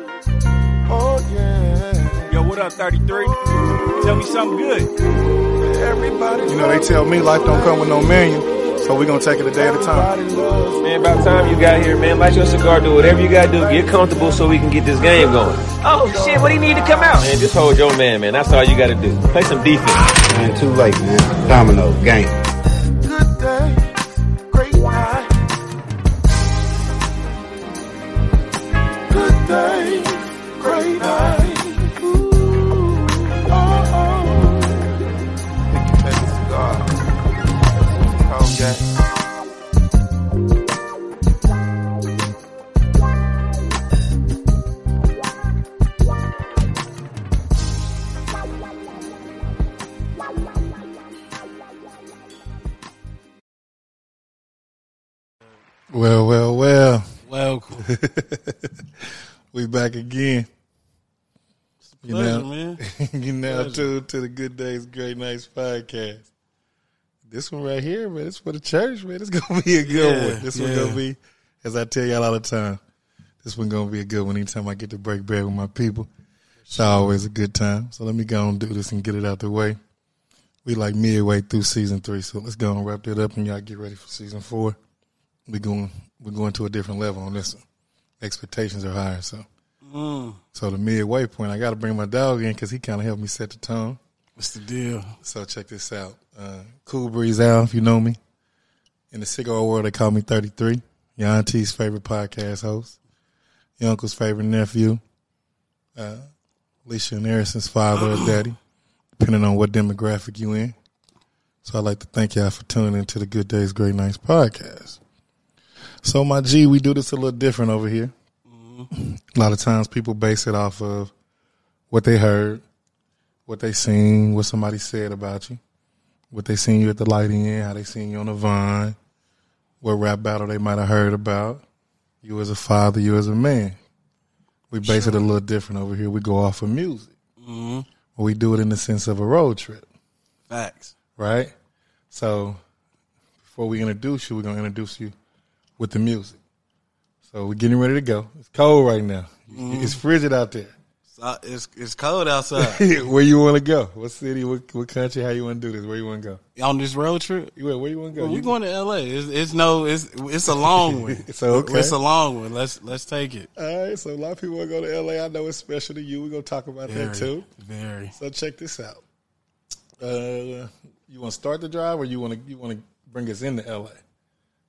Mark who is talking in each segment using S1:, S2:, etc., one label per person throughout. S1: Oh yeah.
S2: Yo, what up, 33? Tell me something good.
S1: Everybody
S3: You know, they tell me life don't come with no menu, so we're gonna take it a day at a time.
S1: loves
S2: Man, about time you got here, man. Light your cigar, do whatever you gotta do. Get comfortable so we can get this game going. Oh shit, what do you need to come out? Man, just hold your man, man. That's all you gotta do. Play some defense.
S4: Man, too late, man. Domino, game.
S1: good days, great nights. Good days, great nights. Ooh, oh, oh. Think you take a cigar. Cold game.
S3: Well, well, well.
S5: Welcome.
S3: we back again. You
S5: Pleasure,
S3: know,
S5: man.
S3: you now tuned to the Good Days, Great Nights podcast. This one right here, man, it's for the church, man. It's gonna be a good
S5: Yeah,
S3: one. This
S5: yeah.
S3: one gonna be, as I tell y'all all the time, this one gonna be a good one. Anytime I get to break bread with my people, it's always a good time. So let me go and do this and get it out the way. We like midway through season three, so let's go and wrap that up and y'all get ready for season four. We going we're going to a different level on this one. Expectations are higher, so
S5: Mm,
S3: so the midway point, I got to bring my dog in because he kind of helped me set the tone.
S5: what's the deal?
S3: So check this out. Uh, cool Breeze Al, if you know me. In the cigar world, they call me 33. Your auntie's favorite podcast host. Your uncle's favorite nephew. Uh, Alicia and Harrison's father or daddy, depending on what demographic you in. So I'd like to thank y'all for tuning into the Good Days, Great Nights podcast. So my G, we do this a little different over here. A lot of times people base it off of what they heard, what they seen, what somebody said about you, what they seen you at the lighting in, how they seen you on the vine, what rap battle they might have heard about, you as a father, you as a man. We base it a little different over here. We go off of music. Or We do it in the sense of a road trip,
S5: Facts.
S3: right? So before we introduce you, we're going to introduce you with the music. So we're getting ready to go. It's cold right now. It's frigid out there.
S5: So it's it's cold outside.
S3: where you want to go? What city? What, what country? How you want to do this? Where you want to go?
S5: On this road trip,
S3: You where you want to go?
S5: Well, we
S3: You-
S5: going to L.A. It's, it's no, it's it's a long one.
S3: It's okay.
S5: It's a long one. Let's let's take it.
S3: All right, so a lot of people want to go to LA. I know it's special to you. We're gonna talk about that too.
S5: very.
S3: So check this out. Uh, you want to start the drive, or you want to you want to bring us into LA?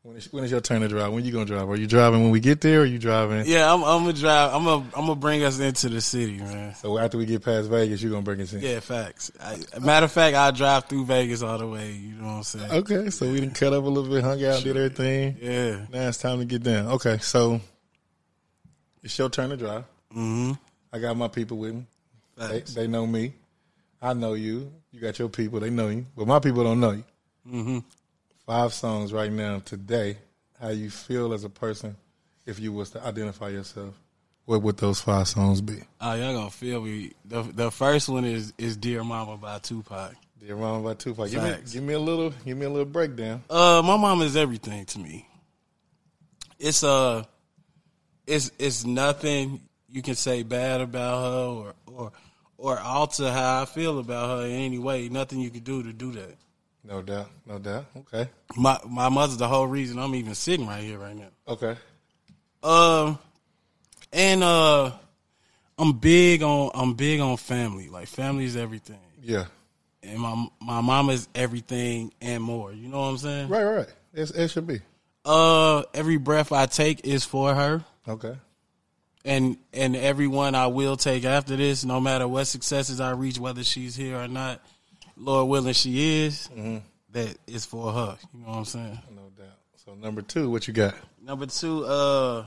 S3: When is, when is your turn to drive? When you gonna drive? Are you driving when we get there? Or are you driving?
S5: Yeah, I'm, I'm gonna drive. I'm gonna I'm gonna bring us into the city, man.
S3: So after we get past Vegas, you gonna bring us in?
S5: Yeah, facts. I, matter of fact, I drive through Vegas all the way. You know what I'm saying?
S3: Okay, so we didn't cut up a little bit, hung out, did everything.
S5: Yeah.
S3: Now it's time to get down. Okay, so it's your turn to drive.
S5: Mm-hmm.
S3: I got my people with me. They,
S5: Facts.
S3: they know me. I know you. You got your people. They know you. But my people don't know you.
S5: Mhm.
S3: Five songs right now today. How you feel as a person if you was to identify yourself? What would those five songs be?
S5: Oh, y'all gonna feel me. The the first one is is Dear Mama by Tupac.
S3: Dear Mama by Tupac. Give me,
S5: Facts.
S3: give me a little. Give me a little breakdown.
S5: Uh, my mom is everything to me. It's uh, it's it's nothing you can say bad about her or or or alter how I feel about her in any way. Nothing you can do to do that.
S3: No doubt. No doubt. Okay.
S5: My my mother's the whole reason I'm even sitting right here right now.
S3: Okay.
S5: Um, and uh, I'm big on I'm big on family. Like family is everything,
S3: Yeah.
S5: and my my mom is everything and more. You know what I'm saying?
S3: Right. Right. It's, it should be.
S5: Uh, every breath I take is for her.
S3: Okay.
S5: and and everyone I will take after this, no matter what successes I reach, whether she's here or not, Lord willing, she is.
S3: Mm-hmm.
S5: That is for her. You know what I'm saying.
S3: No doubt. So number two, what you got?
S5: Number two, uh,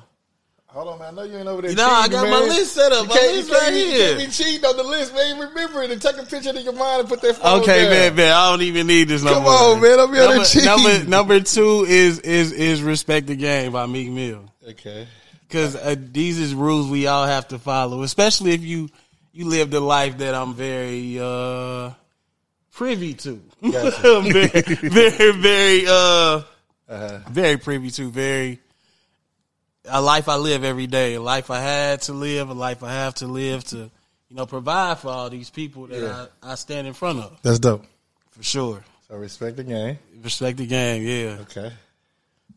S3: Hold on, man. I know you ain't over there.
S5: No, I
S3: cheating,
S5: got
S3: man.
S5: my list set up.
S3: You
S5: My
S3: can't- you
S5: list
S3: can't-
S5: right
S3: you
S5: here.
S3: can't be cheating on the list, man. Remember it and take a picture in your mind and put that phone
S5: okay,
S3: down.
S5: man, man, I don't even need this no
S3: Come
S5: more.
S3: on, man, I'm here to
S5: number,
S3: cheat.
S5: number number two is is is respect the game by Meek Mill.
S3: Okay.
S5: Because uh, these is rules we all have to follow, especially if you you live the life that I'm very uh privy to. very, uh, very, very, uh, very privy to. Very, a life I live every day, a life I had to live, a life I have to live to, you know, provide for all these people that I, I stand in front of.
S6: That's dope.
S5: For sure.
S6: So respect the game.
S5: Respect the game, yeah.
S6: Okay.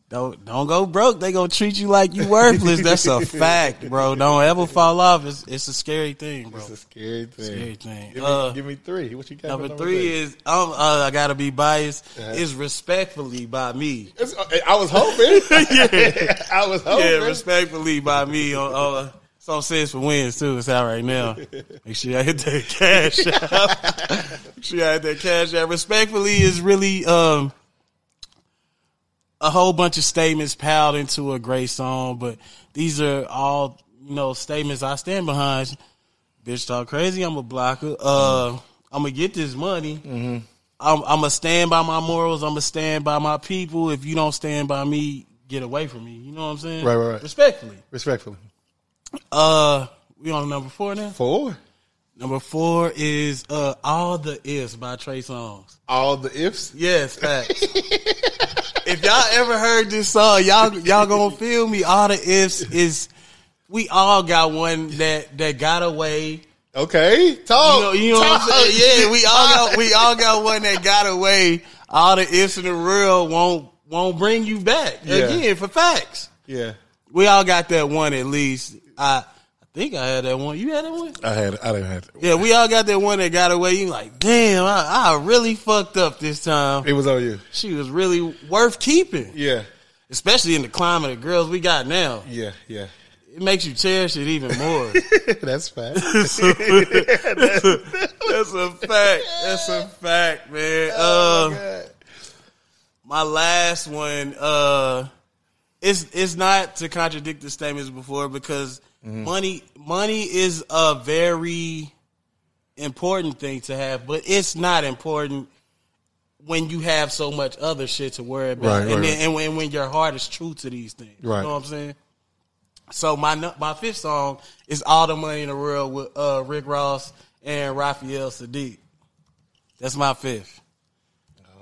S5: Don't don't go broke. They gonna treat you like you worthless. That's a fact, bro. Don't ever fall off. It's it's a scary thing, bro.
S6: It's a scary thing.
S5: Scary thing.
S6: Give, me,
S5: Uh,
S6: give me three. What you got? for
S5: Number three is um, uh, I gotta be biased.
S6: Uh-huh.
S5: Is respectfully by me.
S6: It's-
S3: uh,
S6: I was hoping. yeah, I was
S3: Oh,
S6: hoping.
S5: yeah, respectfully by me. On, uh, some sense for wins too. It's out right now. Make sure y'all hit that cash app. Make sure y'all hit that cash app. Respectfully is really um, a whole bunch of statements piled into a great song, but these are all you know statements I stand behind. Bitch talk crazy. I'm a blocker. Uh, I'm gonna get this money.
S6: Mm-hmm.
S5: I'm, I'm gonna stand by my morals. I'm gonna stand by my people. If you don't stand by me, get away from me. You know what I'm saying?
S6: Right, right, right.
S5: Respectfully.
S6: Respectfully.
S5: Uh, we on number four now.
S6: Four.
S5: Number four is uh, "All the Ifs" by Trey Songz.
S6: All the ifs.
S5: Yes, facts. if y'all ever heard this song, y'all y'all gonna feel me. All the ifs is we all got one that that got away.
S6: Okay. Talk.
S5: You know, you know what I'm saying? Oh, Yeah, we all got we all got one that got away. All the ifs in the real won't won't bring you back
S6: Yeah.
S5: again for facts.
S6: Yeah.
S5: We all got that one at least. I I think I had that one. You had that one?
S6: I had. I didn't have.
S5: Yeah, we all got that one that got away. You like, damn, I, I really fucked up this time.
S6: It was on you.
S5: She was really worth keeping,
S6: Yeah.
S5: especially in the climate of girls we got now.
S6: Yeah. Yeah.
S5: It makes you cherish it even more.
S6: That's fact.
S5: That's a fact. That's a fact, man.
S6: Oh,
S5: Uh, my last one uh it's it's not to contradict the statements before because
S6: Mm-hmm.
S5: money money is a very important thing to have but it's not important when you have so much other shit to worry about
S6: Right,
S5: and,
S6: right,
S5: then,
S6: right.
S5: and when, when your heart is true to these things
S6: Right.
S5: you know what i'm saying so my nu- my fifth song is all the money in the world with uh rick ross and raphael sadiq that's my fifth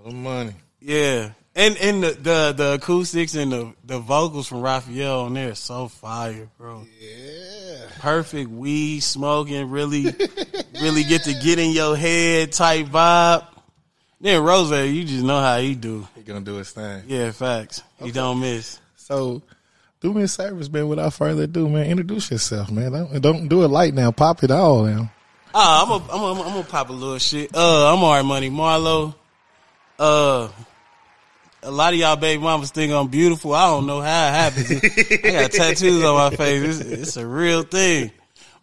S6: All the money.
S5: yeah, and and the the, the acoustics and the, the vocals from Raphael on there is so fire, bro.
S6: Yeah.
S5: Perfect weed smoking, really, really get to get in your head type vibe. Then Rose, you just know how he do.
S6: He gonna do his thing.
S5: Yeah, facts. He don't miss.
S6: So, do me a service, man. Without further ado, man, introduce yourself, man. Don't, don't do it light now. Pop it all now.
S5: Ah, I'm a, I'm a, I'm gonna pop a little shit. Uh, I'm alright, money Marlo. Uh, a lot of y'all baby mamas think I'm beautiful. I don't know how it happens. I got tattoos on my face. It's, it's a real thing.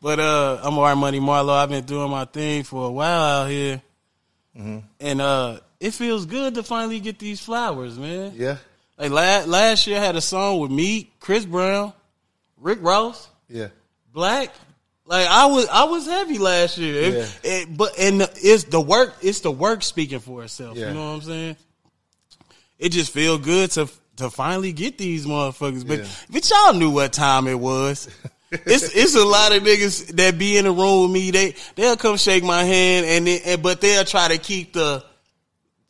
S5: But uh, I'm alright, money Marlo. I've been doing my thing for a while out here, and uh, it feels good to finally get these flowers, man.
S6: Yeah.
S5: Like last last year, I had a song with me, Chris Brown, Rick Ross
S6: Yeah.
S5: black. Like I was, I was heavy last year. It- it- but and the- it's the work. It's the work speaking for itself.
S6: Yeah.
S5: You know what I'm saying? It just feel good to to finally get these motherfuckers. But
S6: Yeah.
S5: but y'all knew what time it was. it's it's a lot of niggas that be in the room with me. They they'll come shake my hand and, then, and but they'll try to keep the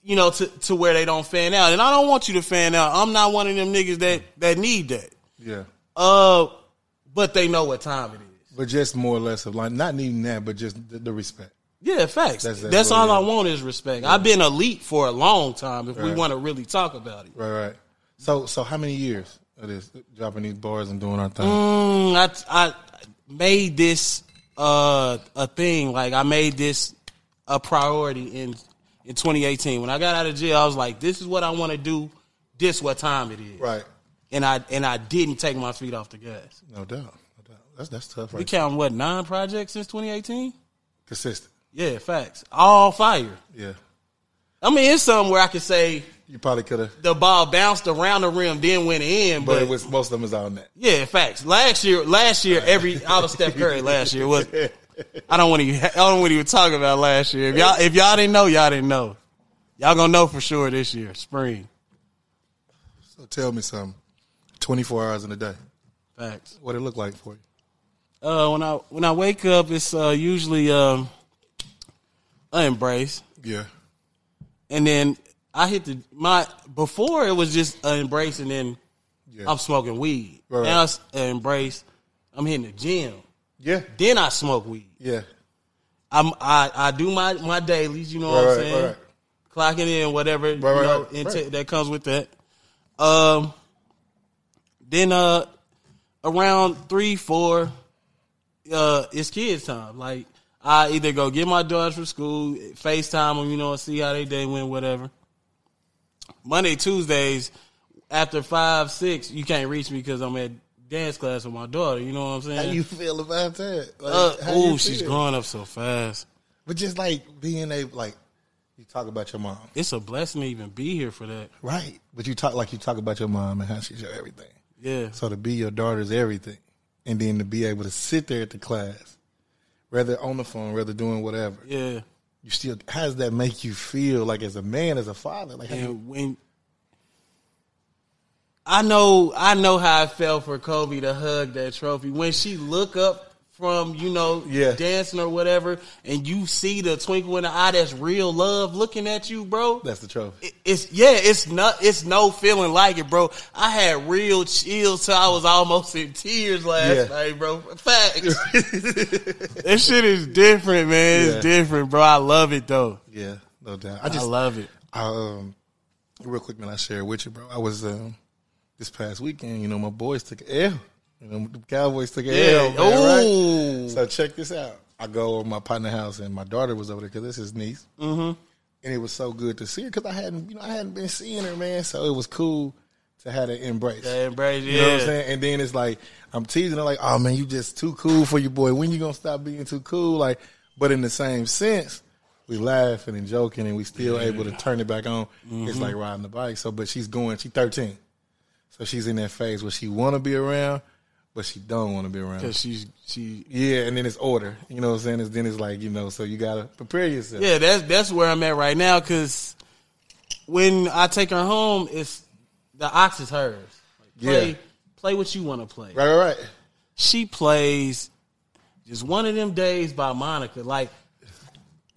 S5: you know to to where they don't fan out. And I don't want you to fan out. I'm not one of them niggas that that need that.
S6: Yeah.
S5: Uh, but they know what time it is.
S6: But just more or less of like not needing that, but just the, the respect.
S5: Yeah, facts. That's,
S6: That's- that's what
S5: all
S6: it
S5: I
S6: is.
S5: want is respect. I've been elite for a long time. If we
S6: Right.
S5: want to really talk about it,
S6: Right. Right. So, so how many years of this dropping these bars and doing our thing?
S5: Mm, I I made this uh, a thing. Like I made this a priority in in 2018. When I got out of jail, I was like, "This is what I want to do. This what time it is."
S6: Right.
S5: And I and I didn't take my feet off the gas.
S6: No doubt. No doubt. That's that's tough.
S5: We
S6: Right.
S5: count what nine projects since 2018?
S6: Consistent.
S5: Yeah, facts. All fire.
S6: Yeah.
S5: I mean, it's something where I could say
S6: You probably could have,
S5: the ball bounced around the rim, then went in,
S6: but it was most of them is on that.
S5: Yeah, facts. Last year, last year, every I was Steph Curry last year was. I don't want to. I don't want to even talk about last year. If y'all, if y'all didn't know, y'all didn't know. Y'all gonna know for sure this year, spring.
S6: So tell me something. Twenty four hours in a day.
S5: Facts.
S6: What it look like for you?
S5: Uh, when I when I wake up, it's uh, usually um, I embrace,
S6: Yeah.
S5: and then I hit the my before it was just an embrace, and then
S3: Yeah.
S5: I'm smoking weed.
S3: Right,
S5: Now
S3: right.
S5: it's an embrace. I'm hitting the gym.
S3: Yeah.
S5: Then I smoke weed.
S3: Yeah.
S5: I'm, I I do my, my dailies. You know what
S3: Right, right,
S5: I'm saying?
S3: right,
S5: Clocking in whatever you
S3: right,
S5: know,
S3: right,
S5: intake
S3: right.
S5: that comes with that. Um. Then uh, around three four, uh, it's kids time. Like I either go get my daughters from school, Facetime them, you know, and see how they day went, whatever. Monday Tuesdays after five six, you can't reach me because I'm at dance class with my daughter. You know what I'm
S3: How
S5: saying?
S3: you feel about that? Like,
S5: uh,
S3: how you
S5: oh, she's
S3: feel?
S5: growing up so fast.
S3: But just like being able, like you talk about your mom,
S5: It's a blessing to even be here for that.
S3: right? But you talk like you talk about your mom and how she's your everything.
S5: Yeah.
S3: So to be your daughter's everything, and then to be able to sit there at the class, rather on the phone, rather doing whatever,
S5: Yeah.
S3: you still how does that make you feel? Like as a man, as a father, like how you-
S5: And when I know I know how it felt for Kobe to hug that trophy. When she look up from, you know,
S3: Yeah.
S5: dancing or whatever, and you see the twinkle in the eye that's real love looking at you, bro.
S3: that's the trophy.
S5: it- It's yeah, it's not, it's no feeling like it, bro. I had real chills till I was almost in tears last
S3: Yeah.
S5: night, bro. Facts. that shit is different, man.
S3: Yeah.
S5: It's different, bro. I love it though.
S3: yeah, no doubt. I
S5: I
S3: just
S5: love it.
S3: I, um, real quick, man, I share it with you, bro. I was um, this past weekend. You know, my boys took a L. You know, the Cowboys took a L.
S5: Yeah.
S3: Man, right?
S5: Ooh.
S3: So check this out. I go over to my partner house, and my daughter was over there because this is niece. Mm-hmm. And it was so good to see her because I hadn't, you know, I hadn't been seeing her, man. So it was cool to have an embrace.
S5: That embrace, yeah.
S3: You know what I'm saying? And then it's like I'm teasing her, like, "Oh man, you just too cool for your boy. When you gonna stop being too cool?" Like, but in the same sense, we laughing and joking, and we still able to turn it back on. It's
S5: Mm-hmm.
S3: like riding the bike. So, but she's going. She's 13, so she's in that phase where she want to be around, but she don't want to be around.
S5: Cause she's she
S3: Yeah, and then it's order. You know what I'm saying? It's, then it's like you know, so you gotta prepare yourself.
S5: yeah that's that's where I'm at right now because when I take her home it's the ox is hers Like, play
S3: Yeah.
S5: play what you want to play
S3: Right, right, right.
S5: she plays just one of them days by Monica like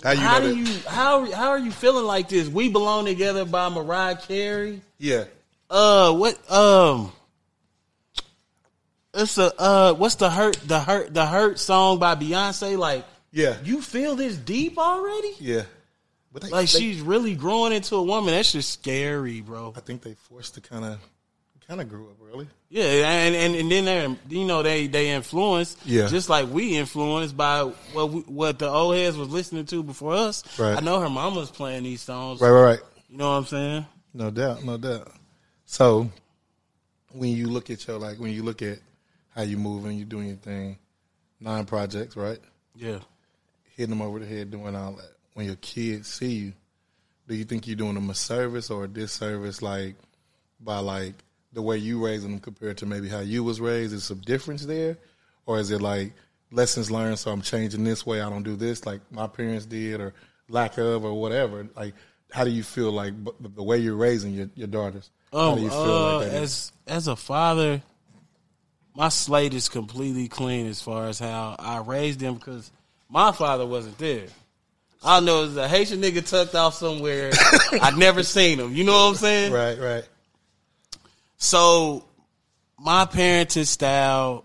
S3: How you?
S5: how
S3: know
S5: do
S3: that?
S5: you how how are you feeling like this we belong together by Mariah Carey
S3: Yeah,
S5: uh what um it's a uh what's the hurt the hurt the hurt song by Beyonce like
S3: yeah,
S5: you feel this deep already
S3: yeah. But they,
S5: Like
S3: they-
S5: she's really growing into a woman. That's just scary, bro.
S3: I think they forced to kind of, kind of grew up early.
S5: Yeah, and and, and then they you know they they influenced.
S3: Yeah.
S5: just like we influenced by what we, what the old heads was listening to before us.
S3: Right.
S5: I know her mama's playing these songs.
S3: Right, right, right.
S5: You know what I'm saying?
S3: No doubt, no doubt. So when you look at your like when you look at how you moving, you doing your thing, nine projects, right?
S5: Yeah.
S3: Hitting them over the head, doing all that. When your kids see you, do you think you're doing them a service or a disservice like by like the way you raising them compared to maybe how you was raised? Is some difference there? Or is it like lessons learned so I'm changing this way, I don't do this like my parents did or lack of or whatever? Like how do you feel like b- the way you're raising your, your daughters? how
S5: Oh,
S3: do you
S5: uh,
S3: that is?
S5: as as a father, my slate is completely clean as far as how I raised them because my father wasn't there. I know it's a Haitian nigga tucked off somewhere. I never seen him. You know what I'm saying?
S3: Right, right.
S5: So my parenting style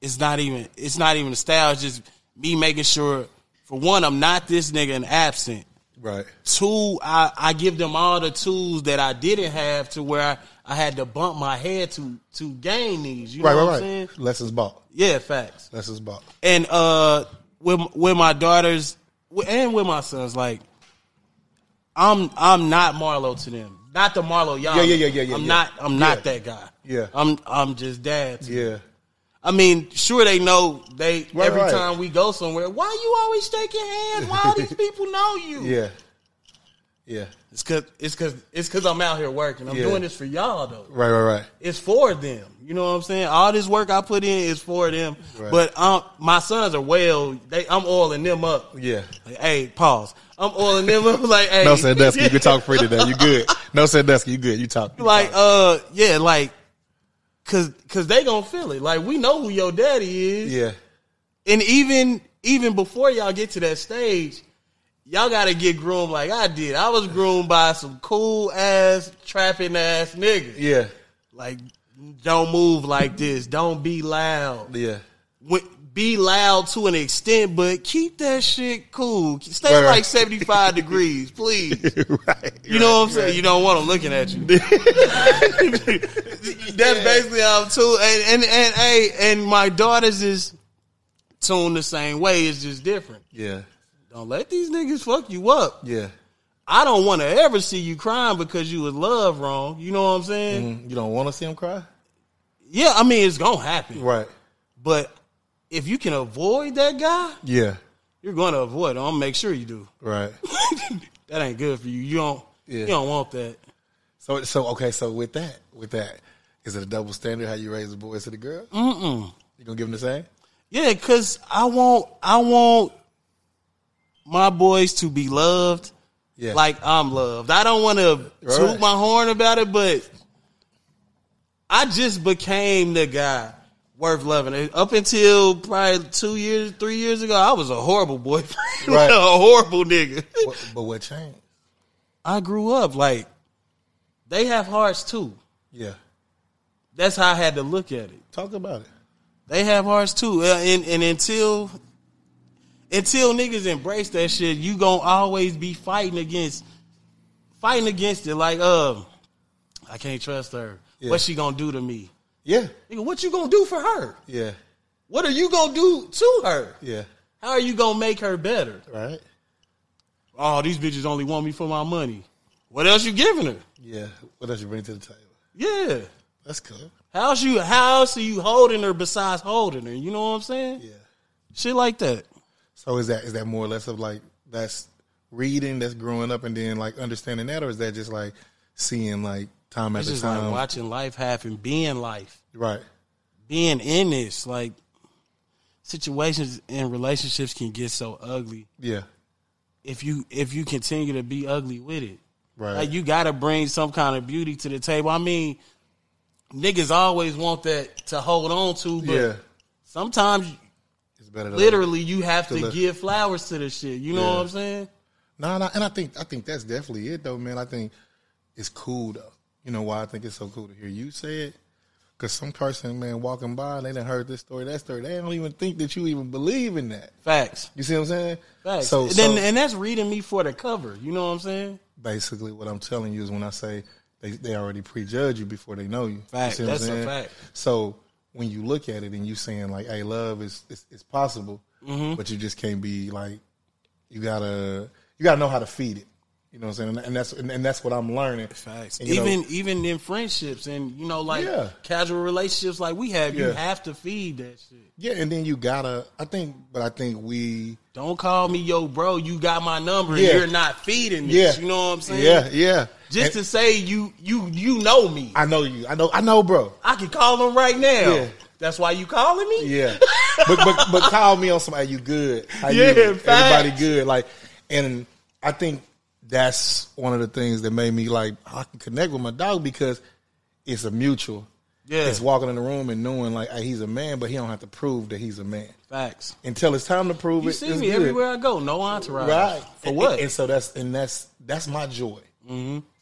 S5: is not even it's not even a style, it's just me making sure for one, I'm not this nigga and absent.
S3: Right.
S5: Two, I, I give them all the tools that I didn't have to where I, I had to bump my head to to gain these. You
S3: Right,
S5: know what
S3: right,
S5: I'm saying?
S3: right. Lessons bought.
S5: Yeah, facts.
S3: Lessons bought.
S5: And uh with with my daughters with- and with my sons, like I'm I'm not Marlo to them. Not the Marlo y'all.
S3: Yeah, yeah, yeah, yeah, yeah,
S5: I'm
S3: yeah.
S5: not I'm not
S3: Yeah.
S5: that guy.
S3: Yeah.
S5: I'm I'm just dad. to
S3: Yeah.
S5: I mean, sure they know they
S3: Right,
S5: every
S3: right.
S5: time we go somewhere. Why you always shaking hands? Why all these people know you?
S3: Yeah. Yeah.
S5: It's cause it's cause it's cause I'm out here working. I'm
S3: Yeah.
S5: doing this for y'all though.
S3: Right, right, right.
S5: It's for them. You know what I'm saying? All this work I put in is for them.
S3: Right.
S5: But um, my sons are well. They I'm oiling them up.
S3: Yeah.
S5: Like, hey, pause. I'm oiling them up. Like, hey,
S3: No Sandusky, you can talk free today. You good. No Sandusky, you good. You talk. You
S5: like
S3: talk.
S5: uh yeah like cause cause they gonna feel it like we know who your daddy is
S3: Yeah.
S5: and even even before y'all get to that stage y'all gotta get groomed like i did i was groomed by some cool ass trapping ass niggas
S3: Yeah.
S5: like don't move like this. Don't be loud.
S3: Yeah.
S5: When- Be loud to an extent, but keep that shit cool. Stay
S6: Right, right.
S5: like seventy five degrees, please. You know what I'm saying? You don't want them looking at you. That's basically how I'm too. And and and hey, and my daughters is tuned the same way. It's just different.
S3: Yeah.
S5: Don't let these niggas fuck you up.
S3: Yeah.
S5: I don't want to ever see you crying because you was love wrong. You know what I'm saying?
S3: Mm, You don't want to see him cry?
S5: Yeah, I mean it's gonna happen.
S3: Right.
S5: But if you can avoid that guy,
S3: Yeah.
S5: you're gonna avoid. him. I'm gonna make sure you do.
S3: Right.
S5: That ain't good for you. You don't.
S3: Yeah.
S5: You don't want that.
S3: So so okay, so with that, with that, is it a double standard how you raise the boys to the girl? Mm-mm. You gonna give them the same?
S5: Yeah, cause I want I want my boys to be loved
S3: Yeah.
S5: like I'm loved. I don't want to
S3: Right.
S5: toot my horn about it, but I just became the guy worth loving. Up until probably two years, three years ago, I was a horrible boyfriend,
S3: Right.
S5: a horrible nigga.
S3: What, but what changed?
S5: I grew up like they have hearts too.
S3: Yeah.
S5: That's how I had to look at it.
S3: Talk about it.
S5: They have hearts too. Uh, And and until until niggas embrace that shit, you gonna always be fighting against fighting against it. Like, uh, I can't trust her.
S3: Yeah.
S5: What she gonna do to me?
S3: Yeah.
S5: Nigga, what you gonna do for her?
S3: Yeah.
S5: What are you gonna do to her?
S3: Yeah.
S5: How are you gonna make her better?
S3: Right?
S5: Oh, these bitches only want me for my money. What else you giving her?
S3: Yeah. What else you bring to the table?
S5: Yeah.
S3: That's cool.
S5: How's you? How else are you holding her besides holding her? You know what I'm saying?
S3: Yeah.
S5: Shit like that.
S3: So is that is that more or less of like that's reading, that's growing up and then like understanding that or is that just like seeing like time
S5: It's
S3: after
S5: just
S3: time?
S5: like watching life happen, being life,
S3: right.
S5: being in this. Like situations and relationships can get so ugly
S3: Yeah.
S5: if you if you continue to be ugly with it.
S3: Right.
S5: Like you got to bring some kind of beauty to the table. I mean, niggas always want that to hold on to, but
S3: yeah.
S5: sometimes
S3: It's better to
S5: literally you have
S3: To
S5: to
S3: let-
S5: give flowers to the shit. You know
S3: Yeah.
S5: what I'm saying?
S3: No, no, and I think I think that's definitely it though, man. I think it's cool though. You know why I think it's so cool to hear you say it? Because some person, man, walking by, they done heard this story, that story. They don't even think that you even believe in that.
S5: Facts.
S3: You see what I'm saying?
S5: Facts.
S3: So,
S5: and, then,
S3: so
S5: and that's reading me for the cover. You know what I'm saying?
S3: basically, what I'm telling you is when I say they, they already prejudge you before they know you.
S5: Fact.
S3: You see what I'm
S5: That's a
S3: saying?
S5: fact.
S3: So when you look at it and you saying like, "Hey, love is is, is possible,"
S5: Mm-hmm.
S3: but you just can't be like, you gotta you gotta know how to feed it. You know what I'm saying? And, and that's and, and that's what I'm learning.
S5: Facts.
S3: And, you know,
S5: even even in friendships and you know like
S3: Yeah.
S5: casual relationships like we have, you
S3: Yeah.
S5: have to feed that shit.
S3: yeah, and then you gotta. I think, but I think we.
S5: Don't call me yo, bro. You got my number.
S3: Yeah.
S5: and You're not feeding
S3: Yeah,
S5: this. You know what I'm saying?
S3: Yeah, yeah.
S5: Just
S3: And
S5: to say you you you know me. I,
S3: I know you. I know. I know, bro.
S5: can call him right now.
S3: Yeah.
S5: That's why you calling me.
S3: Yeah. but, but but call me on somebody you good. How you-
S5: Yeah,
S3: everybody
S5: facts.
S3: good. Like and I think that's one of the things that made me like I can connect with my dog because it's a mutual.
S5: Yeah.
S3: It's walking in the room and knowing like hey, he's a man, but he don't have to prove that he's a man.
S5: Facts.
S3: Until it's time to prove
S5: You
S3: it.
S5: see
S3: it's
S5: me
S3: good.
S5: everywhere I go. No entourage.
S3: Right.
S5: For
S3: And-
S5: what? Mm-hmm.
S3: And, so that's and that's that's my joy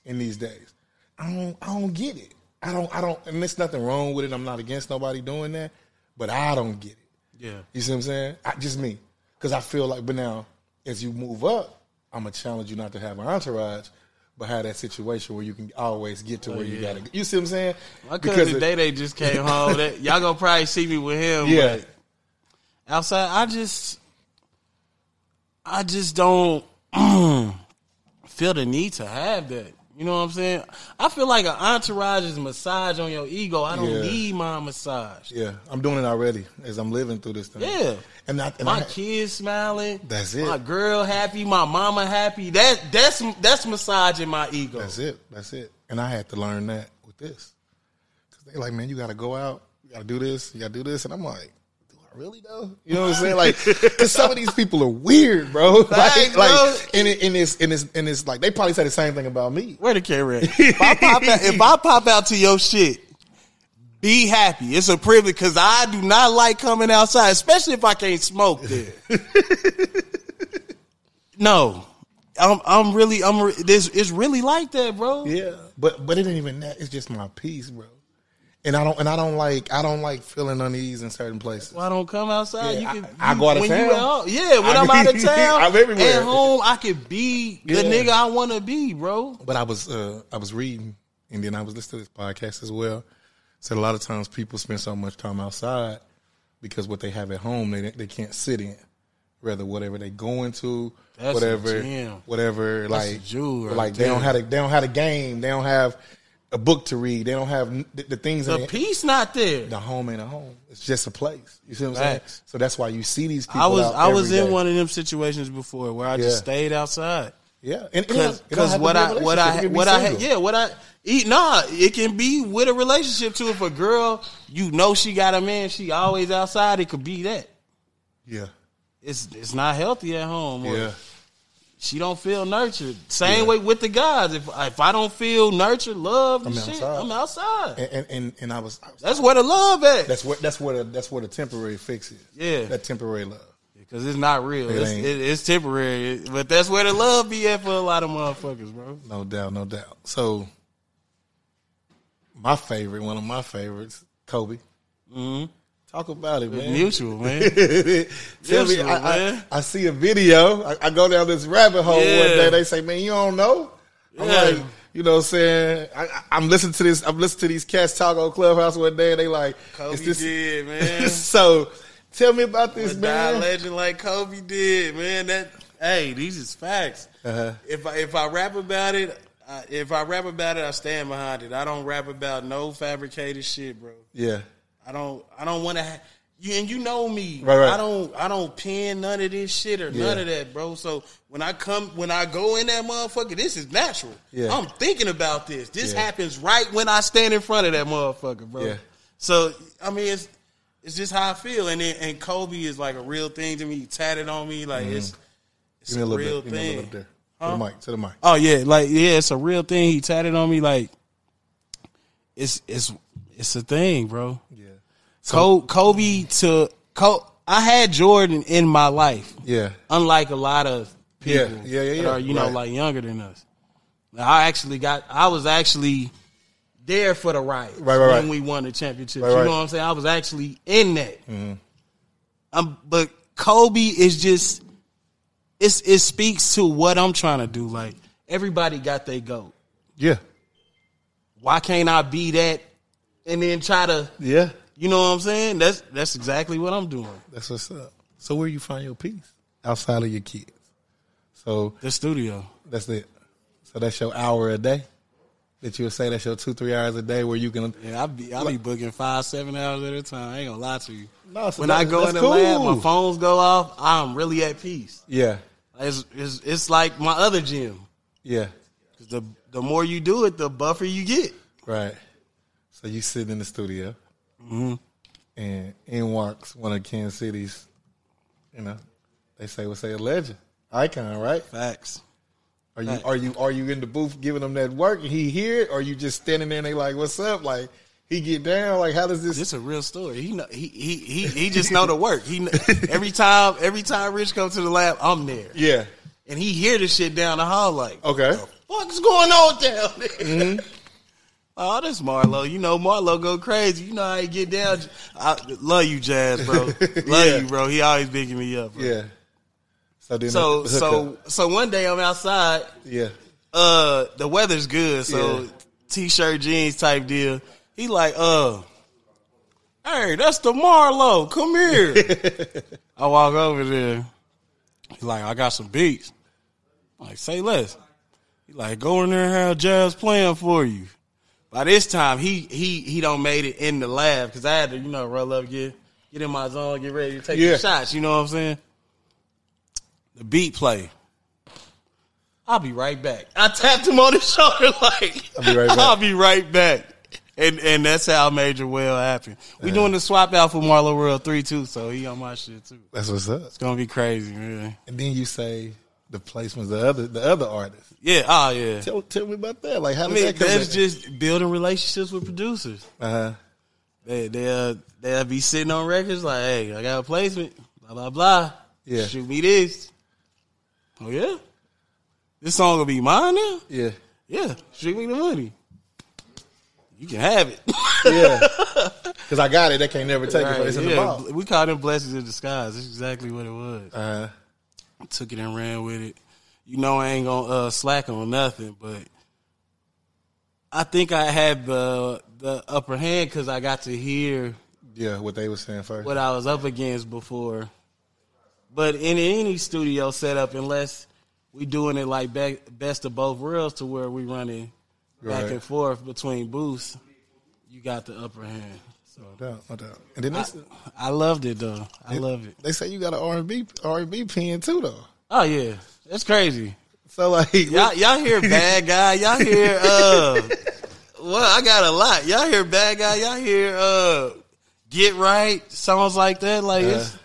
S3: in these days. I don't I don't get it. I don't I don't and there's nothing wrong with it. I'm not against nobody doing that, but I don't get it.
S5: yeah.
S3: You see what I'm saying? I, just me, because I feel like. But now, as you move up, I'm gonna challenge you not to have an entourage, but have that situation where you can always get to where you gotta. go. You see what I'm saying?
S5: Oh, My
S3: Because
S5: cousin
S3: it-
S5: Day Day just came home. That, y'all gonna probably see me with him.
S3: yeah,
S5: but outside, I just, I just don't feel the need to have that. You know what I'm saying? I feel like an entourage is massage on your ego. I don't
S3: Yeah.
S5: need my massage.
S3: yeah. I'm doing it already as I'm living through this thing.
S5: Yeah.
S3: and I, and
S5: My
S3: I-
S5: kids smiling.
S3: That's it.
S5: My girl happy. My mama happy. That that's that's massaging my ego.
S3: That's it. That's it. And I had to learn that with this, because they like, man, you gotta go out, you gotta do this, you gotta do this, and I'm like. do I Really though, you know what I'm saying? Like, cause some of these people are weird, bro. Like,
S5: Facts, bro.
S3: like, and, it, and it's and it's and it's like they probably say the same thing about me.
S5: Where the carrot? if, I pop out, if I pop out to your shit, be happy. It's a privilege because I do not like coming outside, especially if I can't smoke there. no, I'm I'm really I'm re- this it's really like that, bro.
S3: Yeah, but but it ain't even that. It's just my peace, bro. and I don't and I don't like I don't like feeling unease in certain places.
S5: Why don't come outside?
S3: Yeah,
S5: you can.
S3: I- I
S5: you-
S3: go out of
S5: when
S3: town.
S5: You out, yeah, when
S3: I
S5: I am out of
S3: mean,
S5: town,
S3: I'm everywhere.
S5: At home, I can be the
S3: Yeah.
S5: nigga I want to be, bro.
S3: But I was uh, I was reading, and then I was listening to this podcast as well. Said a lot of times people spend so much time outside because what they have at home they they can't sit in, rather whatever they go into,
S5: That's
S3: whatever
S5: a gem.
S3: whatever
S5: a
S3: like
S5: jewel right
S3: like they don't
S5: there.
S3: have a, they don't have a game, they don't have a book to read, they don't have n- the, the things in
S5: The
S3: it.
S5: peace not there.
S3: the home ain't a home. It's just a place. You see what I'm saying?
S5: Facts.
S3: So that's why you see these people.
S5: I was
S3: out
S5: I was
S3: every
S5: in
S3: day.
S5: one of them situations before where I
S3: Yeah.
S5: just stayed outside.
S3: Yeah, and
S5: because what I what I what I
S3: had
S5: yeah what I eat nah it can be with a relationship too. If a girl you know she got a man, she always outside. It could be that
S3: yeah
S5: it's it's not healthy at home. Or
S3: yeah
S5: she don't feel nurtured. Same way with the guys. If if I don't feel nurtured, love, and
S3: I'm
S5: shit,
S3: outside.
S5: I'm outside.
S3: and and and, and I was. I was
S5: That's where the love at.
S3: That's where that's where the, that's where the temporary fix is.
S5: Yeah.
S3: that temporary love.
S5: Because it's not real.
S3: It
S5: it's,
S3: ain't.
S5: it, it's temporary. But that's where the love be at for a lot of motherfuckers, bro.
S3: No doubt, no doubt. So, my favorite, one of my favorites, Kobe. Mm-hmm. Talk about it, man.
S5: Mutual, man.
S3: Tell me,
S5: Mutual,
S3: I, I,
S5: man.
S3: I see a video. I, I go down this rabbit hole one
S5: Yeah.
S3: day. They say, "Man, you don't know." I'm
S5: Yeah.
S3: like, you know, what I'm saying, I, I, I'm listening to this. I'm listening to these cats talk on Clubhouse one day, and they like,
S5: Kobe
S3: "Is this-
S5: did, man.
S3: so, tell me about this,
S5: a die
S3: man.
S5: legend like Kobe did, man. That hey, these is facts.
S3: Uh-huh.
S5: If I if I rap about it, I, if I rap about it, I stand behind it. I don't rap about no fabricated shit, bro.
S3: Yeah,
S5: I don't I don't want to. Ha- you and you know me.
S3: Right, right.
S5: I don't I don't pin none of this shit or none
S3: Yeah.
S5: of that, bro. So when I come when I go in that motherfucker, this is natural.
S3: Yeah.
S5: I'm thinking about this. This
S3: Yeah.
S5: happens right when I stand in front of that motherfucker, bro.
S3: Yeah.
S5: So I mean, it's it's just how I feel, and it, and Kobe is like a real thing to me. He tatted on me, like it's
S3: Mm-hmm.
S5: it's
S3: Give me
S5: a
S3: a little
S5: real
S3: bit. Give me a
S5: thing.
S3: little bit there. To the mic. To the mic.
S5: Oh yeah, like yeah, it's a real thing. He tatted on me, like it's it's it's a thing, bro.
S3: Yeah.
S5: Kobe, Kobe to Kobe, I had Jordan in my life,
S3: Yeah.
S5: unlike a lot of
S3: Yeah.
S5: people
S3: Yeah, yeah, yeah.
S5: that are you know
S3: Right.
S5: like younger than us. Now, I actually got I was actually there for the riots
S3: Right, right,
S5: when
S3: right.
S5: we won the championship.
S3: Right,
S5: you
S3: right. Mm-hmm.
S5: know what I'm saying? I was actually in that. Um, but Kobe is just it's it speaks to what I'm trying to do. Like everybody got their goat.
S3: Yeah.
S5: Why can't I be that and then try to
S3: Yeah.
S5: you know what I'm saying? That's that's exactly what I'm doing.
S3: That's what's up. So where you find your peace? Outside of your kids. So
S5: The studio.
S3: that's it. So that's your hour a day. That you'll say that's your two, three hours a day where you can
S5: Yeah, I be I be booking five seven hours at a time. I ain't gonna lie to you.
S3: No, so
S5: when
S3: that-
S5: I go
S3: that's
S5: in the
S3: cool.
S5: lab, my phones go off. I'm really at peace.
S3: Yeah.
S5: It's it's, it's like my other gym.
S3: Yeah.
S5: 'Cause the the more you do it, the buffer you get.
S3: Right. So you sit in the studio
S5: Mm-hmm.
S3: and in walks one of Kansas City's, you know, they say what's a legend. Icon, right?
S5: Facts.
S3: Are you
S5: Right.
S3: are you are you in the booth giving them that work and he hear it? Or you just standing there and they like, What's up? Like he get down, like how does this
S5: This a real story. He know, he, he he he just know the work. He kn- every time every time Rich comes to the lab, I'm there,
S3: Yeah.
S5: and he hear this shit down the hall like,
S3: Okay. Mm-hmm.
S5: What's going on down there? Oh, this Marlo. You know Marlo go crazy. You know how he get down. I love you, Jazz, bro. Love
S3: Yeah.
S5: you, bro. He always bigging me up. Bro.
S3: Yeah. So then
S5: So
S3: the hookup.
S5: so so one day I'm outside.
S3: yeah.
S5: Uh, the weather's good. So
S3: Yeah.
S5: t-shirt, jeans type deal. He like, uh, hey, that's the Marlo. Come here. I walk over there. He like, I got some beats. I'm like, say less. He like, go in there and have Jazz playing for you. By this time, he he he don't made it in the lab because I had to, you know, roll up, get get in my zone, get ready to take
S3: Yeah.
S5: the shots. You know what I'm saying? The beat play. I'll be right back. I tapped him on the shoulder like I'll
S3: be right back.
S5: I'll be right back. And and that's how Major Well happened. We doing the swap out for Marlo World three too, so he on my shit too.
S3: That's what's up.
S5: It's gonna be crazy, man.
S3: And then you say the placements the other the other artists.
S5: Yeah, oh yeah.
S3: Tell tell me about that. Like how
S5: I
S3: did
S5: mean,
S3: that come
S5: that's
S3: in?
S5: just building relationships with producers.
S3: uh-huh.
S5: They they'll they'll be sitting on records like, hey, I got a placement, blah blah blah.
S3: Yeah.
S5: shoot me this. Oh yeah, this song gonna be mine now.
S3: Yeah.
S5: Yeah, shoot me the money. you can have it.
S3: Yeah, because I got it. They can't never take it. But it's in the
S5: yeah,
S3: ball.
S5: we called them blessings in disguise. That's exactly what it was.
S3: Uh,
S5: took it and ran with it. You know, I ain't gonna uh, slack on nothing, but I think I had the the upper hand because I got to hear
S3: yeah, what they were saying first.
S5: what I was up against before. But in any studio setup, unless we doing it like back, best of both worlds, to where we running back
S3: Right.
S5: and forth between booths, you got the upper hand. So
S3: No doubt, no doubt. And then
S5: I,
S3: they,
S5: I loved it though. I loved it.
S3: they say you got an R and B R and B pen too, though.
S5: Oh yeah, that's crazy.
S3: So like,
S5: Y'all, y'all hear bad guy. Y'all hear uh, well, I got a lot. Y'all hear bad guy. Y'all hear uh, get right songs like that. Like
S3: Uh-huh.
S5: it's,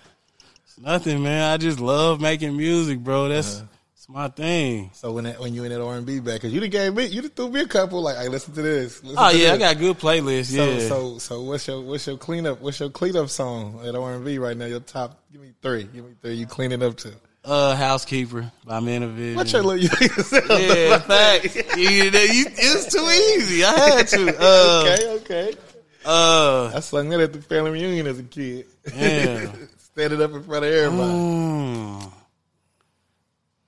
S5: it's nothing, man. I just love making music, bro.
S3: Uh-huh.
S5: That's it's my thing.
S3: so when that, when you in that R and B back, cause you done gave me, you done threw me a couple. Like, hey, listen to this. listen
S5: Oh
S3: to
S5: yeah, I
S3: this.
S5: got good playlists.
S3: So,
S5: Yeah,
S3: so so what's your what's your cleanup what's your cleanup song at R and B right now? Your top give me three. Give me three you cleaning up to.
S5: uh, housekeeper by Men of Vision.
S3: What's your little you
S5: yeah, facts. You- you- it's too easy. I had to. Uh,
S3: Okay, okay.
S5: uh,
S3: I sung that at the family reunion as a kid.
S5: yeah.
S3: Standing up in front of everybody.
S5: Mm.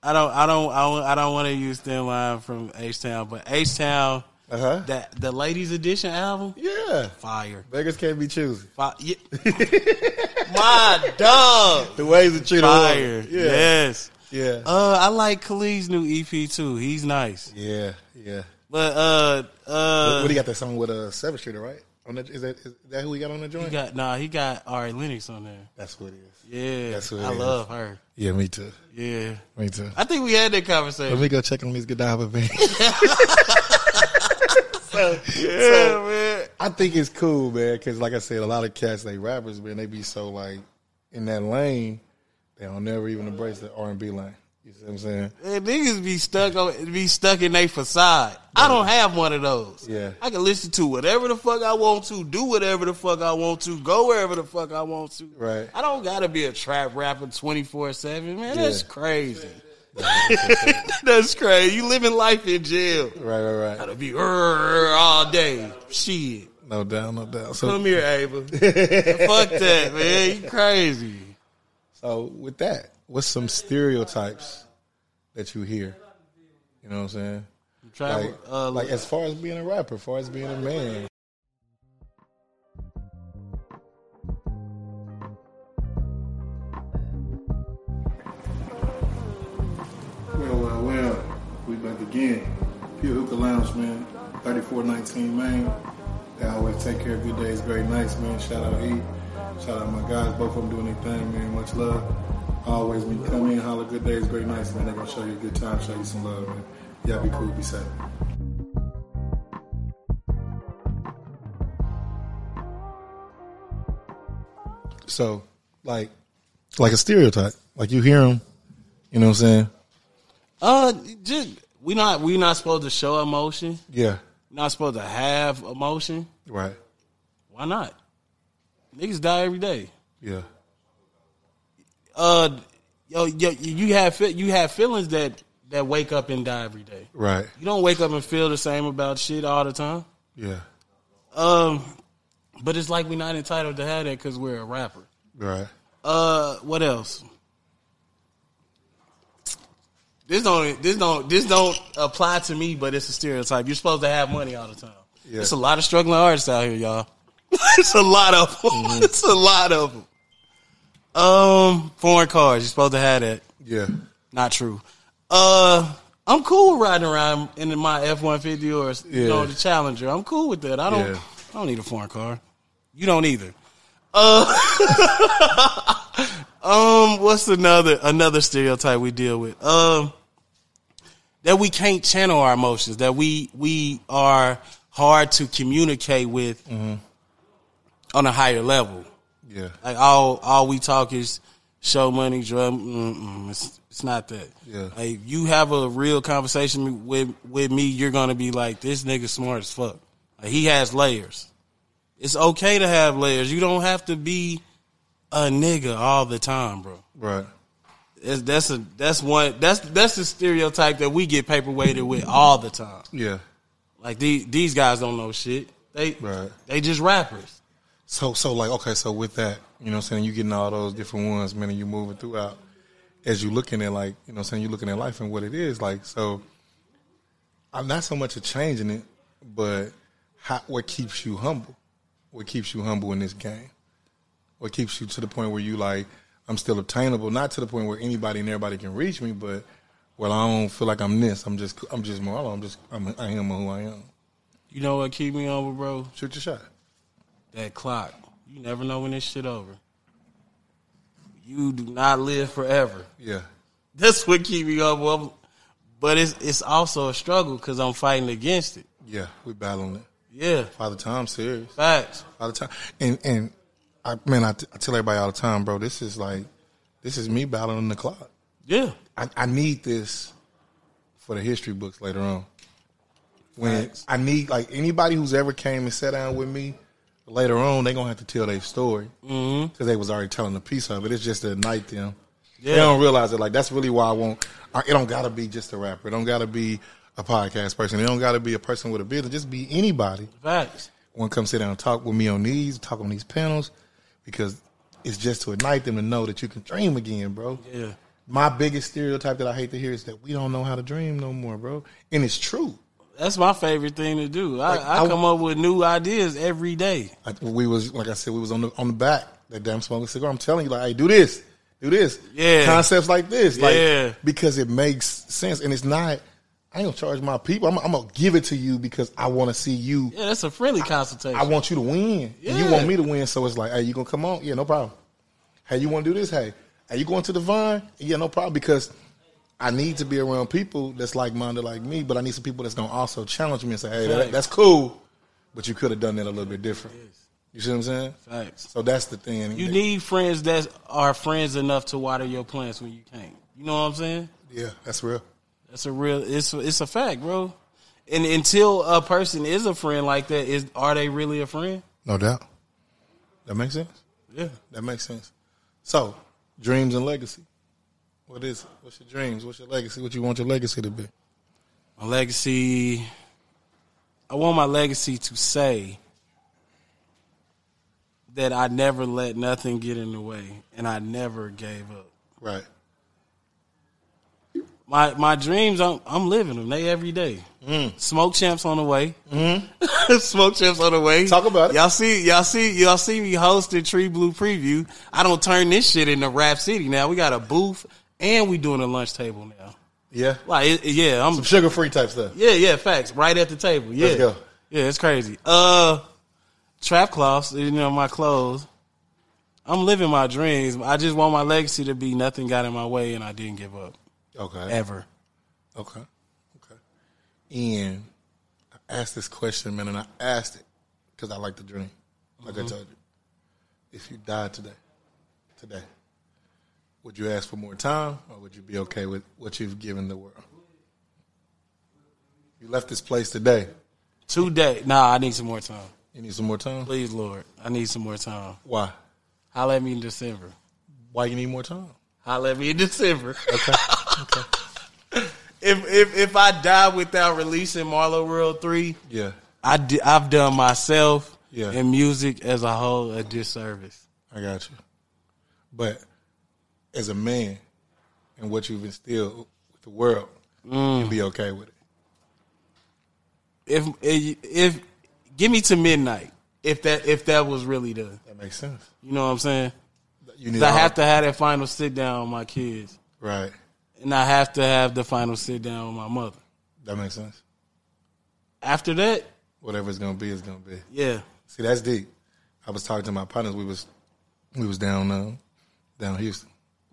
S5: I don't, I don't, I don't, I don't want to use Thin Line from H Town, but H Town,
S3: Uh huh.
S5: that the Ladies Edition album,
S3: Yeah.
S5: fire,
S3: Beggars can't be choosy.
S5: fire. my dog,
S3: The ways to treat a
S5: fire,
S3: woman. Yeah.
S5: yes.
S3: Yeah.
S5: Uh, I like Khalid's new EP too. He's nice,
S3: Yeah. Yeah.
S5: but uh, uh,
S3: what do you got that song with uh Seventh Shooter, right? On that is that is that who we got on the
S5: he
S3: joint?
S5: got nah, he got Ari Lennox on there.
S3: That's what it is.
S5: Yeah,
S3: That's what it
S5: I
S3: is.
S5: love her.
S3: Yeah, me too.
S5: Yeah,
S3: Me too.
S5: I think we had that conversation.
S3: Let me go check on Miss Godiva, man.
S5: yeah, man.
S3: I think it's cool, man, because like I said, a lot of cats, they rappers, man, they be so like in that lane, they don't never even embrace the R and B lane. You see what I'm saying?
S5: And niggas be stuck on be stuck in their facade. I don't have one of those.
S3: Yeah.
S5: I can listen to whatever the fuck I want to, do whatever the fuck I want to, go wherever the fuck I want to.
S3: Right.
S5: I don't gotta be a trap rapper twenty four seven, man. That's crazy. That's crazy. You living life in jail.
S3: Right, right, right.
S5: Gotta be "Rrr" all day. Shit.
S3: No doubt, no doubt. So,
S5: Come here, Ava. fuck that, man. You crazy.
S3: so with that, what's some stereotypes that you hear? You know what I'm saying?
S5: Trap,
S3: Like,
S5: uh,
S3: like as far as being a rapper, as far as being a man.
S6: Well, well, well, we back again. Pure Hookah Lounge, man. 3419 Main. They always take care of good days, great nights, man. Shout out E. Shout out my guys. Both of them doing their thing, man. Much love. Always when you come in, holler good days, great nights, man. They're going to show you a good time, show you some love, man. Y'all be cool, be safe.
S3: So, like, like a stereotype. Like you hear them, you know what I'm saying?
S5: uh just we not we not supposed to show emotion.
S3: Yeah,
S5: not supposed to have emotion.
S3: right.
S5: Why not? Niggas die every day.
S3: Yeah,
S5: Uh, yo, yo, you have fe- you have feelings that that wake up and die every day.
S3: right.
S5: You don't wake up and feel the same about shit all the time.
S3: Yeah,
S5: Um, but it's like we're not entitled to have that because we're a rapper.
S3: right.
S5: Uh, what else? This don't this don't this don't apply to me, but it's a stereotype. You're supposed to have money all the time.
S3: Yeah.
S5: It's a lot of struggling artists out here, y'all. it's a lot of them. it's a lot of them. Um, foreign cars. You're supposed to have that.
S3: Yeah,
S5: Not true. Uh, I'm cool with riding around in my F one fifty or you
S3: Yeah.
S5: know the Challenger. I'm cool with that. I don't.
S3: Yeah.
S5: I don't need a foreign car. You don't either. Uh, um, what's another another stereotype we deal with? Um, that we can't channel our emotions. That we we are hard to communicate with
S3: Mm-hmm.
S5: on a higher level.
S3: yeah,
S5: Like all all we talk is show money, drug. Mm-mm, it's it's not that.
S3: Yeah.
S5: Like if you have a real conversation with with me, you're gonna be like, this nigga smart as fuck. Like, he has layers. It's okay to have layers. You don't have to be a nigga all the time, bro.
S3: right.
S5: That's that's a that's one that's that's the stereotype that we get paperweighted with all the time.
S3: Yeah.
S5: Like these these guys don't know shit. They
S3: Right.
S5: they just rappers.
S3: So so like okay, so with that, you know what I'm saying, you getting all those different ones, man, and you moving throughout as you looking at like, you know what I'm saying, you looking at life and what it is, like so I'm not so much a changing it, but how, what keeps you humble? What keeps you humble in this game? What keeps you to the point where you like, I'm still obtainable, not to the point where anybody and everybody can reach me, but well, I don't feel like I'm this. I'm just, I'm just Marlo. I'm just, I'm, I am who I am.
S5: You know what keep me over, bro?
S3: Shoot your shot.
S5: That clock. You never know when this shit over. You do not live forever.
S3: Yeah.
S5: That's what keep me over. I'm- But it's it's also a struggle because I'm fighting against it.
S3: Yeah. We battling it.
S5: Yeah,
S3: Father Time serious.
S5: facts.
S3: all the time. And and I man, I, t- I tell everybody all the time, bro. This is like, this is me battling the clock.
S5: Yeah,
S3: I, I need this for the history books later on. When
S5: Facts.
S3: I need like anybody who's ever came and sat down with me later on, they gonna have to tell their story because
S5: Mm-hmm.
S3: they was already telling a piece of it. It's just to ignite them. They
S5: Yeah.
S3: don't realize it. Like that's really why I won't. I, it don't gotta be just a rapper. It don't gotta be a podcast person. It don't gotta be a person with a business. Just be anybody
S5: facts.
S3: want to come sit down and talk with me on these, talk on these panels, because it's just to ignite them to know that you can dream again, bro.
S5: Yeah,
S3: My biggest stereotype that I hate to hear is that we don't know how to dream no more, bro. And it's true.
S5: that's my favorite thing to do. I,
S3: Like,
S5: I,
S3: I-
S5: come up with new ideas every day.
S3: I, we was like I said, we was on the on the back that damn smoking cigar. I'm telling you, like, hey, do this, do this,
S5: Yeah.
S3: concepts like this, like,
S5: Yeah.
S3: because it makes sense, and it's not. I ain't gonna charge my people. I'm, I'm gonna give it to you because I want to see you.
S5: Yeah, that's a friendly consultation.
S3: I want you to win. And you
S5: Yeah.
S3: want me to win. So it's like, hey, you gonna come on? Yeah, no problem. Hey, you wanna do this? Hey, are you going to the vine? Yeah, no problem. Because I need to be around people that's like minded like me, but I need some people that's gonna also challenge me and say, hey, that,
S5: Facts.
S3: that's cool, but you could have done that a little bit different. You see what I'm saying?
S5: Facts.
S3: So that's the thing.
S5: You need friends that are friends enough to water your plants when you can't. You know what I'm saying?
S3: Yeah, that's real.
S5: That's a real. It's it's a fact, bro. And until a person is a friend like that, is are they really a friend?
S3: No doubt. That makes sense.
S5: Yeah.
S3: That makes sense. So, dreams and legacy. What is it? What's your dreams? What's your legacy? What you want your legacy to be?
S5: My legacy. I want my legacy to say that I never let nothing get in the way, and I never gave up.
S3: Right.
S5: My my dreams, I'm I'm living them. They every day. Smoke champs on the way. Mm. Mm-hmm. Smoke champs on the way.
S3: Talk about it.
S5: Y'all see y'all see y'all see me hosting Tree Blue Preview. I don't turn this shit into Rap City. Now we got a booth and we doing a lunch table now.
S3: Yeah.
S5: Like it, it- yeah, I'm
S3: Sugar free type stuff.
S5: yeah yeah facts right at the table. Yeah,
S3: Let's go.
S5: yeah, it's crazy. Uh, trap cloths. You know my clothes. I'm living my dreams. I just want my legacy to be nothing got in my way and I didn't give up
S3: Okay.
S5: ever.
S3: Okay. Okay. And I asked this question, man, and I asked it because I like to dream. Like I told you. If you died today, today, would you ask for more time or would you be okay with what you've given the world? You left this place today.
S5: Today. Nah, I need some more time.
S3: You need some more time?
S5: Please, Lord. I need some more time.
S3: Why?
S5: Holla at me in December.
S3: Why you need more time?
S5: Holla at me in December. if, if if I die without releasing Marlowe World 3,
S3: Yeah.
S5: I di- I've done myself
S3: Yeah.
S5: and music as a whole a disservice.
S3: I got you. But as a man and what you've instilled with the world,
S5: Mm.
S3: you'll be okay with it.
S5: If, if if give me to midnight if that if that was really the
S3: That makes sense.
S5: you know what I'm saying?
S3: You need
S5: 'Cause I
S3: all-
S5: have to have that final sit down with my kids
S3: Right.
S5: and I have to have the final sit down with my mother.
S3: That makes sense.
S5: After that,
S3: Whatever it's gonna be, it's gonna be.
S5: yeah.
S3: See, that's deep. I was talking to my partners. We was we was down uh, down Houston,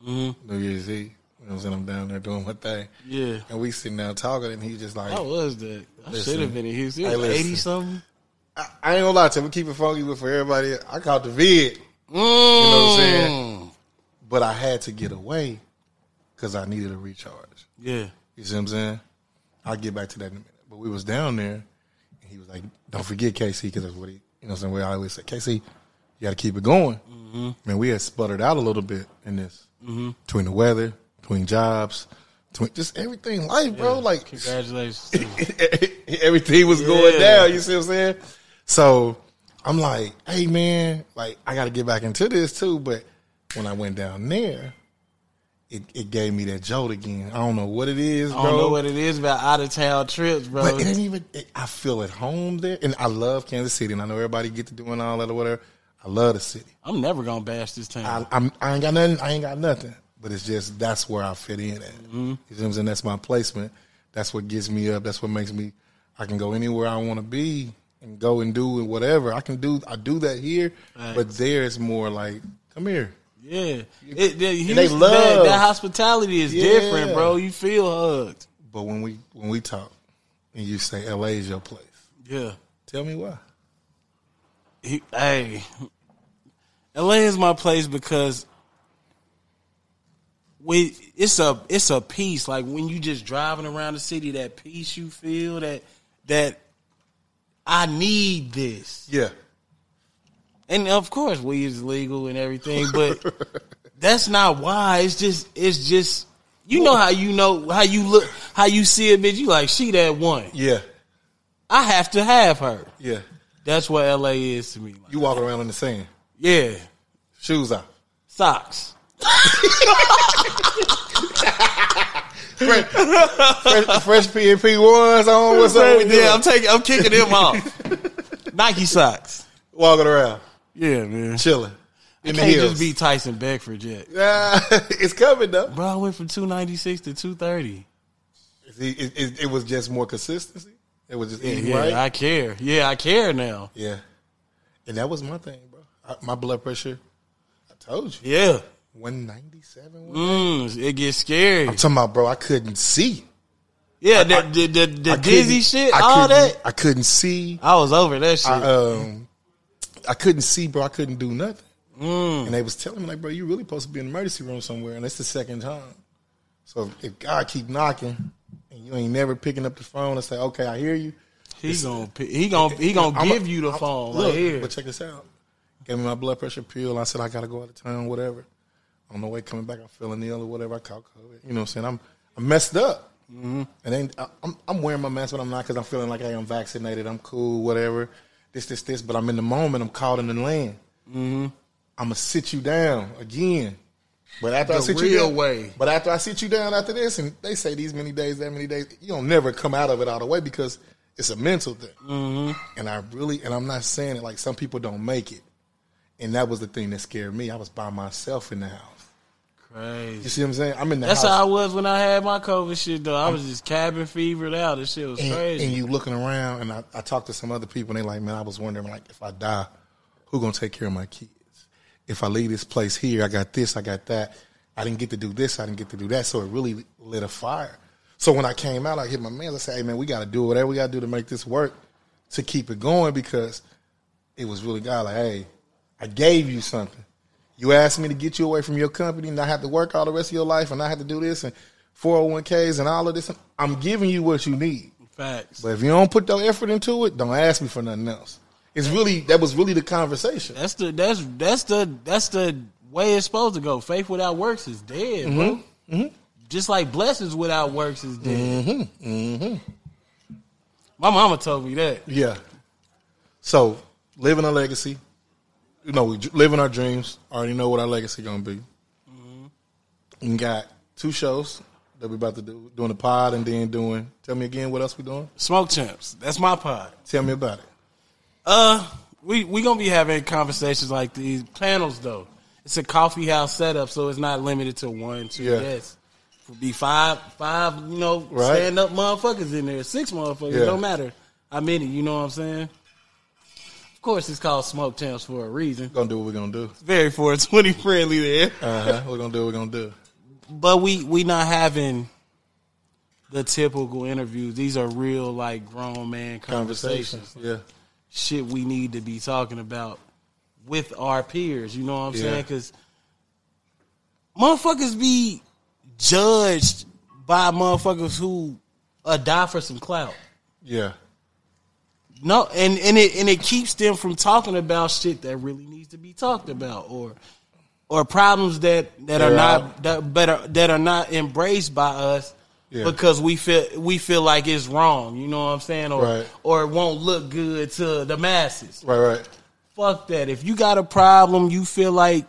S3: mm-hmm. New Year's Eve. You know what I'm saying? I'm down there doing my thing.
S5: Yeah. Oh.
S3: And we sitting down talking, and he's just like,
S5: How was that? I
S3: Listen.
S5: should have been in Houston.
S3: Hey,
S5: It was
S3: listen.
S5: 80 something.
S3: I, I ain't gonna lie to him. Keep it funky, but for everybody, I caught the vid.
S5: You
S3: know what I'm saying? But I had to get away because I needed a recharge.
S5: Yeah.
S3: You see what I'm saying? I'll get back to that in a minute. But we was down there, and he was like, "Don't forget KC," because that's what he, you know, some way I always say, "KC, you got to keep it going." Man, we had sputtered out a little bit in this between the weather, between jobs, between just everything, life, bro. Like
S5: Congratulations.
S3: everything was going
S5: Yeah.
S3: down. You see what I'm saying? So I'm like, hey man, like I gotta get back into this too. But when I went down there, it, it gave me that jolt again. I don't know what it is, bro.
S5: I don't know what it is about out of town trips, bro.
S3: But it ain't even. It, I feel at home there, and I love Kansas City, and I know everybody get to doing all that or whatever. I love the city.
S5: I'm never gonna bash this town.
S3: I, I'm, I ain't got nothing. I ain't got nothing. But it's just that's where I fit in at. You see what I'm saying? That's my placement. That's what gets me up. That's what makes me. I can go anywhere I want to be and go and do whatever I can do. I do that here, but there it's more like come here.
S5: yeah, it, they,
S3: they
S5: Houston, that,
S3: love.
S5: that hospitality is
S3: Yeah.
S5: different, bro. You feel hugged.
S3: But when we when we talk, and you say LA is your place,
S5: Yeah.
S3: tell me why.
S5: He, hey, LA is my place because we it's a it's a peace. Like when you just driving around the city, that peace you feel that that I need this,
S3: Yeah,
S5: and of course we is legal and everything, but that's not why. It's just it's just you know how you know how you look how you see a bitch. You like she that one.
S3: yeah,
S5: I have to have her.
S3: yeah.
S5: That's what LA is to me. Like,
S3: You walk around in the sand,
S5: yeah,
S3: shoes out.
S5: socks.
S3: fresh, fresh P and P ones on. What's up? We doing?
S5: Yeah, I'm taking, I'm kicking them off. Nike socks.
S3: Walking around,
S5: Yeah, man.
S3: chilling in the
S5: Can't
S3: hills.
S5: just be Tyson Beckford yet,
S3: Ah, it's coming though.
S5: bro. I went from two ninety six to two thirty.
S3: See, It, it, it was just more consistency. It was just eating
S5: Yeah,
S3: right.
S5: I care. Yeah, I care now.
S3: yeah, and that was my thing, bro. I, my blood pressure. I told you,
S5: Yeah,
S3: one ninety seven.
S5: mm, it gets scary.
S3: I'm talking about, bro. I couldn't see.
S5: Yeah, the the, the, the
S3: I
S5: dizzy
S3: couldn't- e-
S5: shit,
S3: I
S5: all
S3: couldn't-
S5: that.
S3: I couldn't see.
S5: I was over that shit.
S3: I, um, I couldn't see, bro. I couldn't do nothing.
S5: Mm.
S3: And they was telling me, like, bro, you really supposed to be in the emergency room somewhere, and that's the second time. So if God keep knocking and you ain't never picking up the phone and say, okay, I hear you.
S5: he gonna pi- he gonna he gonna
S3: I'm a-
S5: give you the
S3: I'm-
S5: phone.
S3: Look,
S5: Like, here.
S3: but check this out. Gave me my blood pressure pill. I said I gotta go out of town, whatever. On the way coming back, I'm feeling ill or whatever. I caught COVID. You know what I'm saying? I'm I'm messed up.
S5: Mm-hmm.
S3: And then I, I'm I'm wearing my mask, but I'm not because I'm feeling like I am vaccinated. I'm cool, whatever. This, this, this. But I'm in the moment. I'm caught in the land. I'm gonna sit you down again. But after I
S5: The
S3: sit you
S5: real
S3: down,
S5: way.
S3: But after I sit you down after this, and they say these many days, that many days, you don't never come out of it all the way because it's a mental thing. And I really, and I'm not saying it like some people don't make it. And that was the thing that scared me. I was by myself in the house. You
S5: Crazy.
S3: see what I'm saying? I'm in the
S5: That's
S3: house.
S5: how I was when I had my COVID shit though. I was just cabin fevered out. This shit was
S3: and,
S5: crazy.
S3: and you looking around, and I, I talked to some other people, and they like, man, I was wondering, like, if I die, who gonna take care of my kids? If I leave this place here, I got this, I got that. I didn't get to do this, I didn't get to do that. So it really lit a fire. So when I came out, I hit my man. I said, hey man, we gotta do whatever we gotta do to make this work, to keep it going, because it was really God. Like, hey, I gave you something. You asked me to get you away from your company, and I have to work all the rest of your life, and I have to do this and 401ks and all of this. I'm giving you what you need.
S5: Facts.
S3: But if you don't put no effort into it, don't ask me for nothing else. It's really that was really the conversation.
S5: That's the that's that's the that's the way it's supposed to go. Faith without works is dead, bro. Just like blessings without works is dead. Mm-hmm. Mm-hmm. My mama told me that.
S3: Yeah. So living a legacy, you know, we dr- living our dreams. Already know what our legacy gonna be. And got two shows that we about to do, doing the pod and then doing. Tell me again what else we doing.
S5: Smoke champs. That's my pod.
S3: Tell me about it.
S5: Uh, we we gonna be having conversations like these panels though. It's a coffee house setup, so it's not limited to one, two
S3: Yeah.
S5: guests. It'll be five, five, you know,
S3: Right.
S5: stand up motherfuckers in there. Six motherfuckers,
S3: Yeah.
S5: don't matter how many. You know what I'm saying? Of course, it's called Smoke Champs for a reason.
S3: We're gonna do what we're gonna do.
S5: Very 420 friendly there,
S3: Uh huh. we're gonna do what we're gonna do.
S5: but we we not having the typical interviews. These are real, like grown man conversations.
S3: Conversations. Yeah.
S5: shit we need to be talking about with our peers. You know what I'm
S3: Yeah.
S5: saying? Because motherfuckers be judged by motherfuckers who uh, die for some clout.
S3: Yeah.
S5: No, and and it and it keeps them from talking about shit that really needs to be talked about, or or problems that that are
S3: They're
S5: not
S3: out.
S5: that better that are not embraced by us because we feel we feel like it's wrong. You know what I'm saying? Or
S3: Right.
S5: or it won't look good to the masses.
S3: Right, right.
S5: Fuck that. If you got a problem, you feel like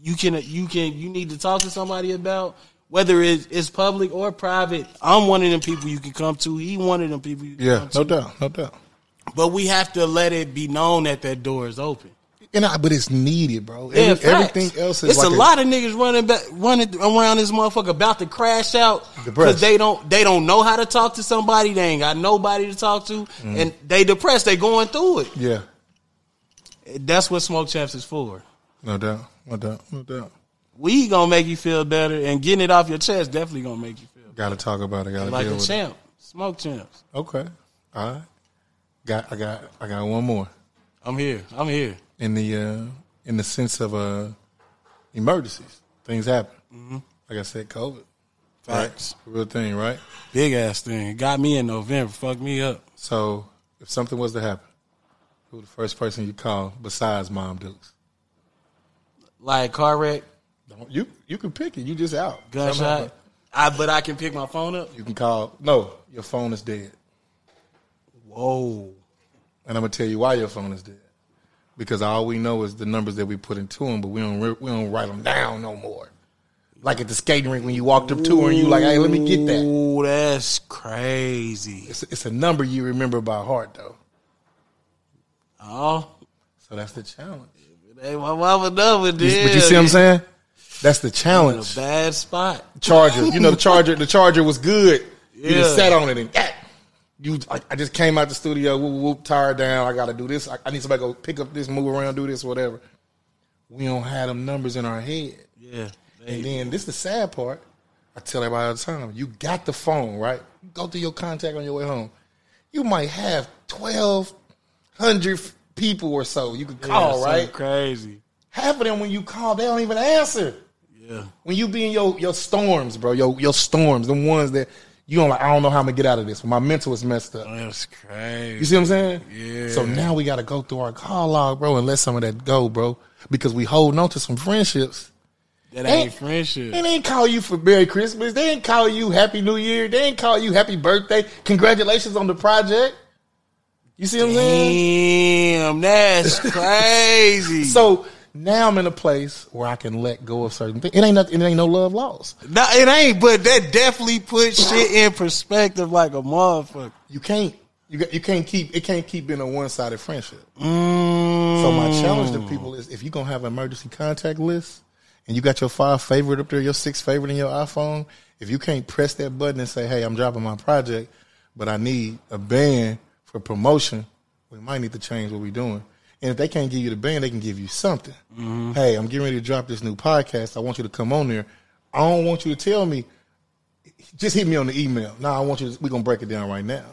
S5: you can you can you need to talk to somebody about. Whether it's, it's public or private, I'm one of them people you can come to. He one of them people you can
S3: Yeah,
S5: come to.
S3: no doubt, no doubt.
S5: But we have to let it be known that that door is open.
S3: And I, but it's needed, bro.
S5: Yeah,
S3: Every-
S5: facts.
S3: everything else is
S5: It's
S3: like
S5: a lot of niggas running back, running around this motherfucker about to crash out because
S3: Depressed.
S5: they don't they don't know how to talk to somebody. They ain't got nobody to talk to,
S3: Mm-hmm.
S5: and they depressed. They going through it.
S3: Yeah,
S5: That's what smoke champs is for.
S3: no doubt, no doubt, no doubt.
S5: We gonna make you feel better, and getting it off your chest definitely gonna make you feel
S3: Got to talk about it. Got to
S5: better. like
S3: deal
S5: a
S3: with
S5: champ. Smoke champs.
S3: it. Okay, all right. Got I got I got one more
S5: I'm here. I'm here.
S3: in the uh, in the sense of uh, emergencies. Things happen. Like I said, COVID,
S5: Mm-hmm. Facts.
S3: real thing, right?
S5: Big ass thing. Got me in November. Fuck me up.
S3: So if something was to happen, who the first person you call besides Mom Dukes?
S5: Like car wreck,
S3: Don't- You you can pick it. You just out. Somehow.
S5: gunshot. I but I can pick my phone up.
S3: You can call. No, your phone is dead.
S5: Whoa.
S3: And I'm gonna tell you why your phone is dead. Because all we know is the numbers that we put into them, but we don't re- we don't write them down no more. Like at the skating rink when you walked up to her and you like, hey, let me get that.
S5: Ooh, that's crazy.
S3: It's, it's a number you remember by heart though.
S5: Oh,
S3: So that's the challenge.
S5: hey, my mama done with
S3: You-
S5: this.
S3: But you see what I'm saying? That's the
S5: In a
S3: challenge.
S5: bad spot.
S3: Charger, you know the charger. The charger was good. You
S5: Yeah.
S3: just sat on it and ah, you. I, I just came out the studio, whoop, whoop, tired down. I got to do this. I, I need somebody to go pick up this, move around, do this, whatever. We don't have them numbers in our head.
S5: Yeah.
S3: And then this is the sad part. I tell everybody all the time, you got the phone, right? Go through your contact on your way home. You might have twelve hundred people or so you could call,
S5: Yeah,
S3: right?
S5: something Crazy.
S3: Half of them when you call, they don't even answer.
S5: Yeah.
S3: When you be in your your storms, bro, your your storms, them ones that you don't like, I don't know how I'm gonna get out of this. My mental is messed up.
S5: That's crazy.
S3: You see what I'm saying?
S5: Yeah.
S3: So now we got to go through our call log, bro, and let some of that go, bro, because we holding on to some friendships.
S5: that ain't
S3: Hey,
S5: friendship.
S3: They didn't call you for Merry Christmas. They didn't call you Happy New Year. They didn't call you Happy Birthday. Congratulations on the project. You see what I'm saying?
S5: Damn, that's crazy.
S3: So now I'm in a place where I can let go of certain things. It ain't nothing. It ain't no love lost.
S5: no, it ain't, but that definitely puts shit in perspective like a motherfucker.
S3: You can't. You got, you can't keep. It can't keep being a one sided friendship.
S5: Mm.
S3: So my challenge to people is if you're gonna have an emergency contact list and you got your five favorite up there, your six favorite in your iPhone, if you can't press that button and say, Hey, I'm dropping my project, but I need a band for promotion, we might need to change what we're doing. And if they can't give you the band, they can give you something. Hey, I'm getting ready to drop this new podcast. I want you to come on there. I don't want you to tell me just hit me on the email. Now I want you. To, we're gonna break it down right now.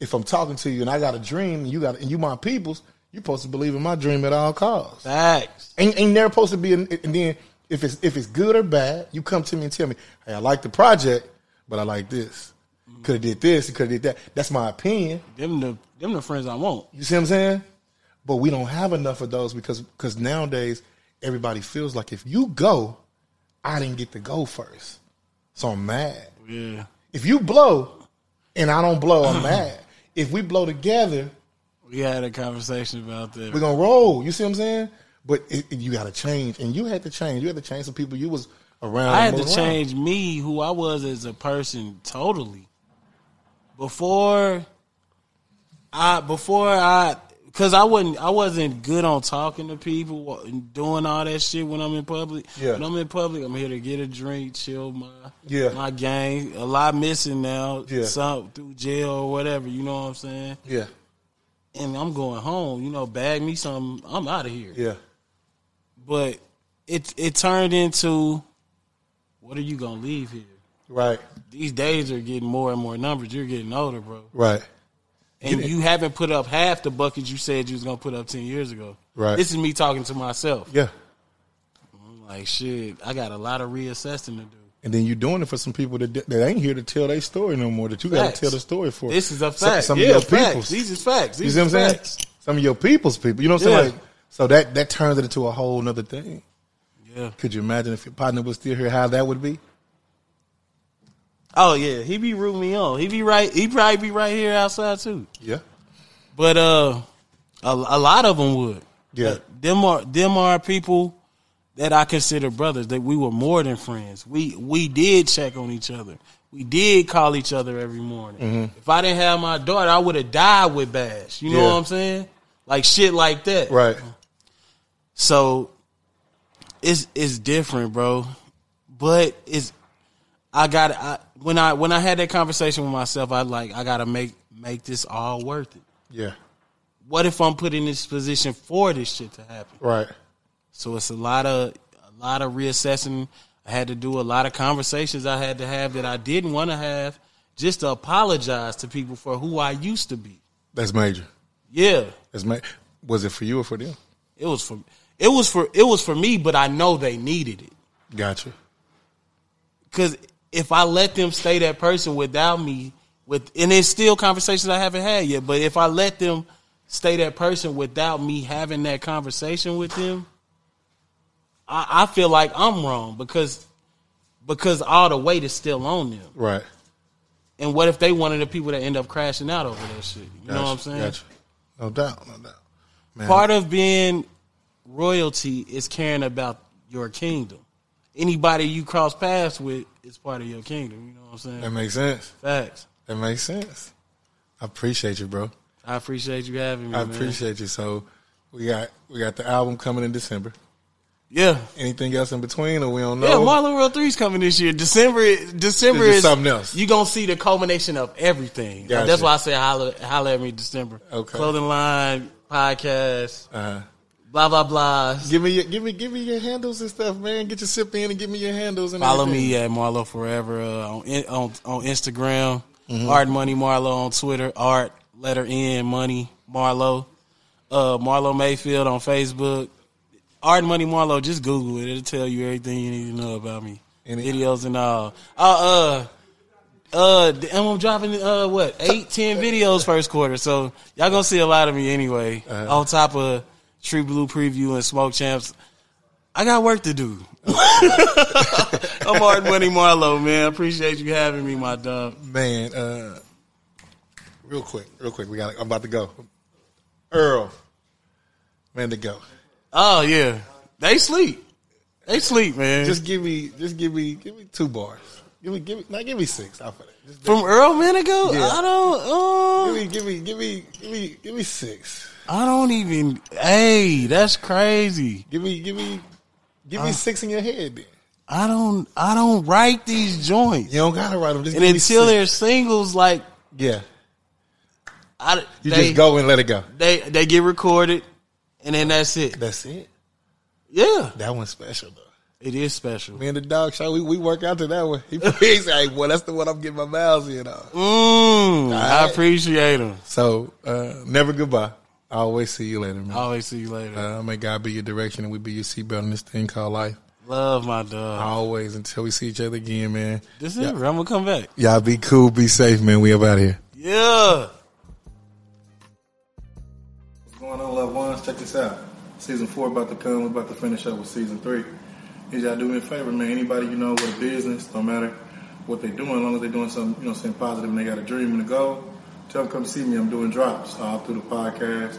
S3: If I'm talking to you and I got a dream, and you got and you my peoples, you're supposed to believe in my dream at all costs.
S5: Facts.
S3: Ain't, ain't there supposed to be? An, and then if it's if it's good or bad, you come to me and tell me, hey, I like the project, but I like this. Could have did this. Could have did that. That's my opinion.
S5: Them the them the friends I want.
S3: You see what I'm saying? But we don't have enough of those because because nowadays everybody feels like if you go, I didn't get to go first, so I'm mad.
S5: Yeah.
S3: If you blow and I don't blow, I'm mad. If we blow together,
S5: We had a conversation about that.
S3: we're gonna roll. You see what I'm saying? But it, it- you got to change, and you had to change. You had to change some people you was around. and
S5: I had to
S3: moved around.
S5: change me, who I was as a person, totally. Before I, before I, because I wasn't, I wasn't good on talking to people and doing all that shit when I'm in public.
S3: Yeah.
S5: When I'm in public, I'm here to get a drink, chill my,
S3: Yeah.
S5: my game. A lot missing now.
S3: Yeah.
S5: Some through jail or whatever. You know what I'm saying?
S3: Yeah,
S5: And I'm going home. You know, bag me something. I'm out of here
S3: yeah,
S5: but it it turned into what are you gonna leave here?
S3: right,
S5: These days are getting more and more numbers. You're getting older, bro,
S3: right,
S5: and you haven't put up half the buckets you said you was gonna put up ten years ago.
S3: Right.
S5: This is me talking to myself.
S3: yeah.
S5: I'm like, shit, I got a lot of reassessing to do.
S3: And then you doing it for some people that that ain't here to tell their story no more. That you got
S5: Facts.
S3: to tell the story for.
S5: This is a fact.
S3: Some- Some,
S5: yeah,
S3: of your
S5: facts.
S3: peoples.
S5: These is facts. These
S3: You see what I'm
S5: is
S3: saying?
S5: facts.
S3: Some of your people's people. You know what I'm saying?
S5: Yeah.
S3: Like, so that that turns it into a whole nother thing.
S5: Yeah.
S3: Could you imagine if your partner was still here, how that would be?
S5: Oh yeah, he be rooting me on. He be right. He probably be right here outside too.
S3: Yeah.
S5: But uh, a, a lot of them would.
S3: Yeah.
S5: But them are them are people that I consider brothers. That we were more than friends. We we did check on each other. We did call each other every morning. If I didn't have my daughter, I would have died with Bash. You know
S3: Mm-hmm. Yeah.
S5: what I'm saying? Like shit like that.
S3: Right.
S5: So it's it's different, bro. But it's I got I, when I when I had that conversation with myself, I like I gotta make make this all worth it.
S3: Yeah.
S5: What if I'm put in this position for this shit to happen?
S3: Right.
S5: So it's a lot of a lot of reassessing. I had to do a lot of conversations I had to have that I didn't want to have, just to apologize to people for who I used to be.
S3: That's major.
S5: Yeah,
S3: That's ma- Was it for you or for them?
S5: it was for it was for it was for me, but I know they needed it.
S3: Gotcha.
S5: because if I let them stay that person without me, with and it's still conversations I haven't had yet. But if I let them stay that person without me having that conversation with them, I, I feel like I'm wrong because because all the weight is still on them.
S3: Right.
S5: And what if they one of the people that end up crashing out over that shit? You know what I'm saying?
S3: Gotcha. No doubt. No doubt. Man.
S5: Part of being royalty is caring about your kingdom. Anybody you cross paths with is part of your kingdom. You know what I'm saying?
S3: that makes sense.
S5: Facts.
S3: That makes sense. I appreciate you, bro.
S5: I appreciate you having me.
S3: I
S5: man.
S3: appreciate you. So we got we got the album coming in December.
S5: Yeah,
S3: Anything else in between, or we don't know?
S5: yeah. Marlon World Three's coming this year. December. December
S3: It's just
S5: is
S3: something else.
S5: You gonna see the culmination of everything. Like,
S3: Gotcha.
S5: that's why I say holla, holla at me December.
S3: Okay.
S5: Clothing line podcast.
S3: Uh-huh.
S5: Blah blah blah.
S3: Give me your give me give me your handles and stuff, man. Get your sip in and give me your handles and
S5: Follow
S3: everything.
S5: me at Marlo Forever uh, on in- on on Instagram.
S3: Mm-hmm.
S5: Art Money Marlo on Twitter. Art letter N Money Marlo. Uh, Marlo Mayfield on Facebook. Art Money Marlo. Just Google it. It'll tell you everything you need to know about me.
S3: And it-
S5: Videos and all. Uh uh. Uh, damn, I'm dropping uh what eight ten videos first quarter, so y'all gonna see a lot of me anyway.
S3: Uh-huh.
S5: On top of True Blue preview and Smoke Champs, I got work to do. I'm Art Money Marlowe, man. Appreciate you having me, my dog.
S3: man. Uh, real quick, real quick. We got. I'm about to go. Earl, man, to go.
S5: Oh yeah, they sleep. They sleep, man.
S3: Just give me, just give me, give me two bars. Give me, give me, not give me six. I'll for that. Just
S5: from Earl Manigo,
S3: Yeah.
S5: I don't.
S3: give
S5: Uh,
S3: me, give me, give me, give me, give me six.
S5: I don't even. Hey, that's crazy.
S3: Give me, give me, give
S5: Uh.
S3: me six in your head. Then
S5: I don't. I don't write these joints.
S3: you don't gotta write them. Just
S5: And
S3: give
S5: until
S3: me
S5: they're singles, like
S3: six. yeah,
S5: I,
S3: you
S5: they,
S3: just go and let it go.
S5: They they get recorded, and then that's it.
S3: That's it.
S5: Yeah,
S3: That one's special though.
S5: it is special.
S3: Me and the dog show, we, we work out to that one. He, he's like, well, that's the one I'm getting my miles in on.
S5: Mm, I
S3: right.
S5: appreciate them.
S3: So uh, never goodbye. I always see you later, man.
S5: Always see you later.
S3: Uh, may God be your direction, and we be your seatbelt in this thing called life.
S5: Love my dog.
S3: Always until we see each other again, man.
S5: This is it. I'm gonna come back.
S3: Y'all be cool, be safe, man. We up out here.
S5: Yeah.
S3: What's going on, loved ones? Check this out. Season four about to come. We're about to finish up with season three. Need y'all do me a favor, man. Anybody you know with a business, no matter what they're doing, as long as they're doing something, you know, something positive and they got a dream and a goal, tell them come see me. I'm doing drops all through the podcast.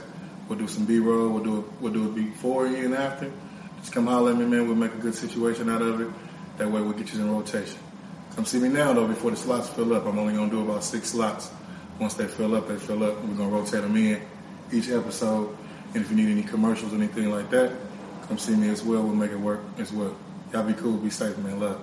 S3: We'll do some B-roll. We'll do a, we'll do it before and after. Just come holler at me, man. We'll make a good situation out of it. That way we'll get you in rotation. Come see me now, though, before the slots fill up. I'm only going to do about six slots. Once they fill up, they fill up. We're going to rotate them in each episode. And if you need any commercials or anything like that, come see me as well. We'll make it work as well. Y'all be cool. Be safe, man. Love.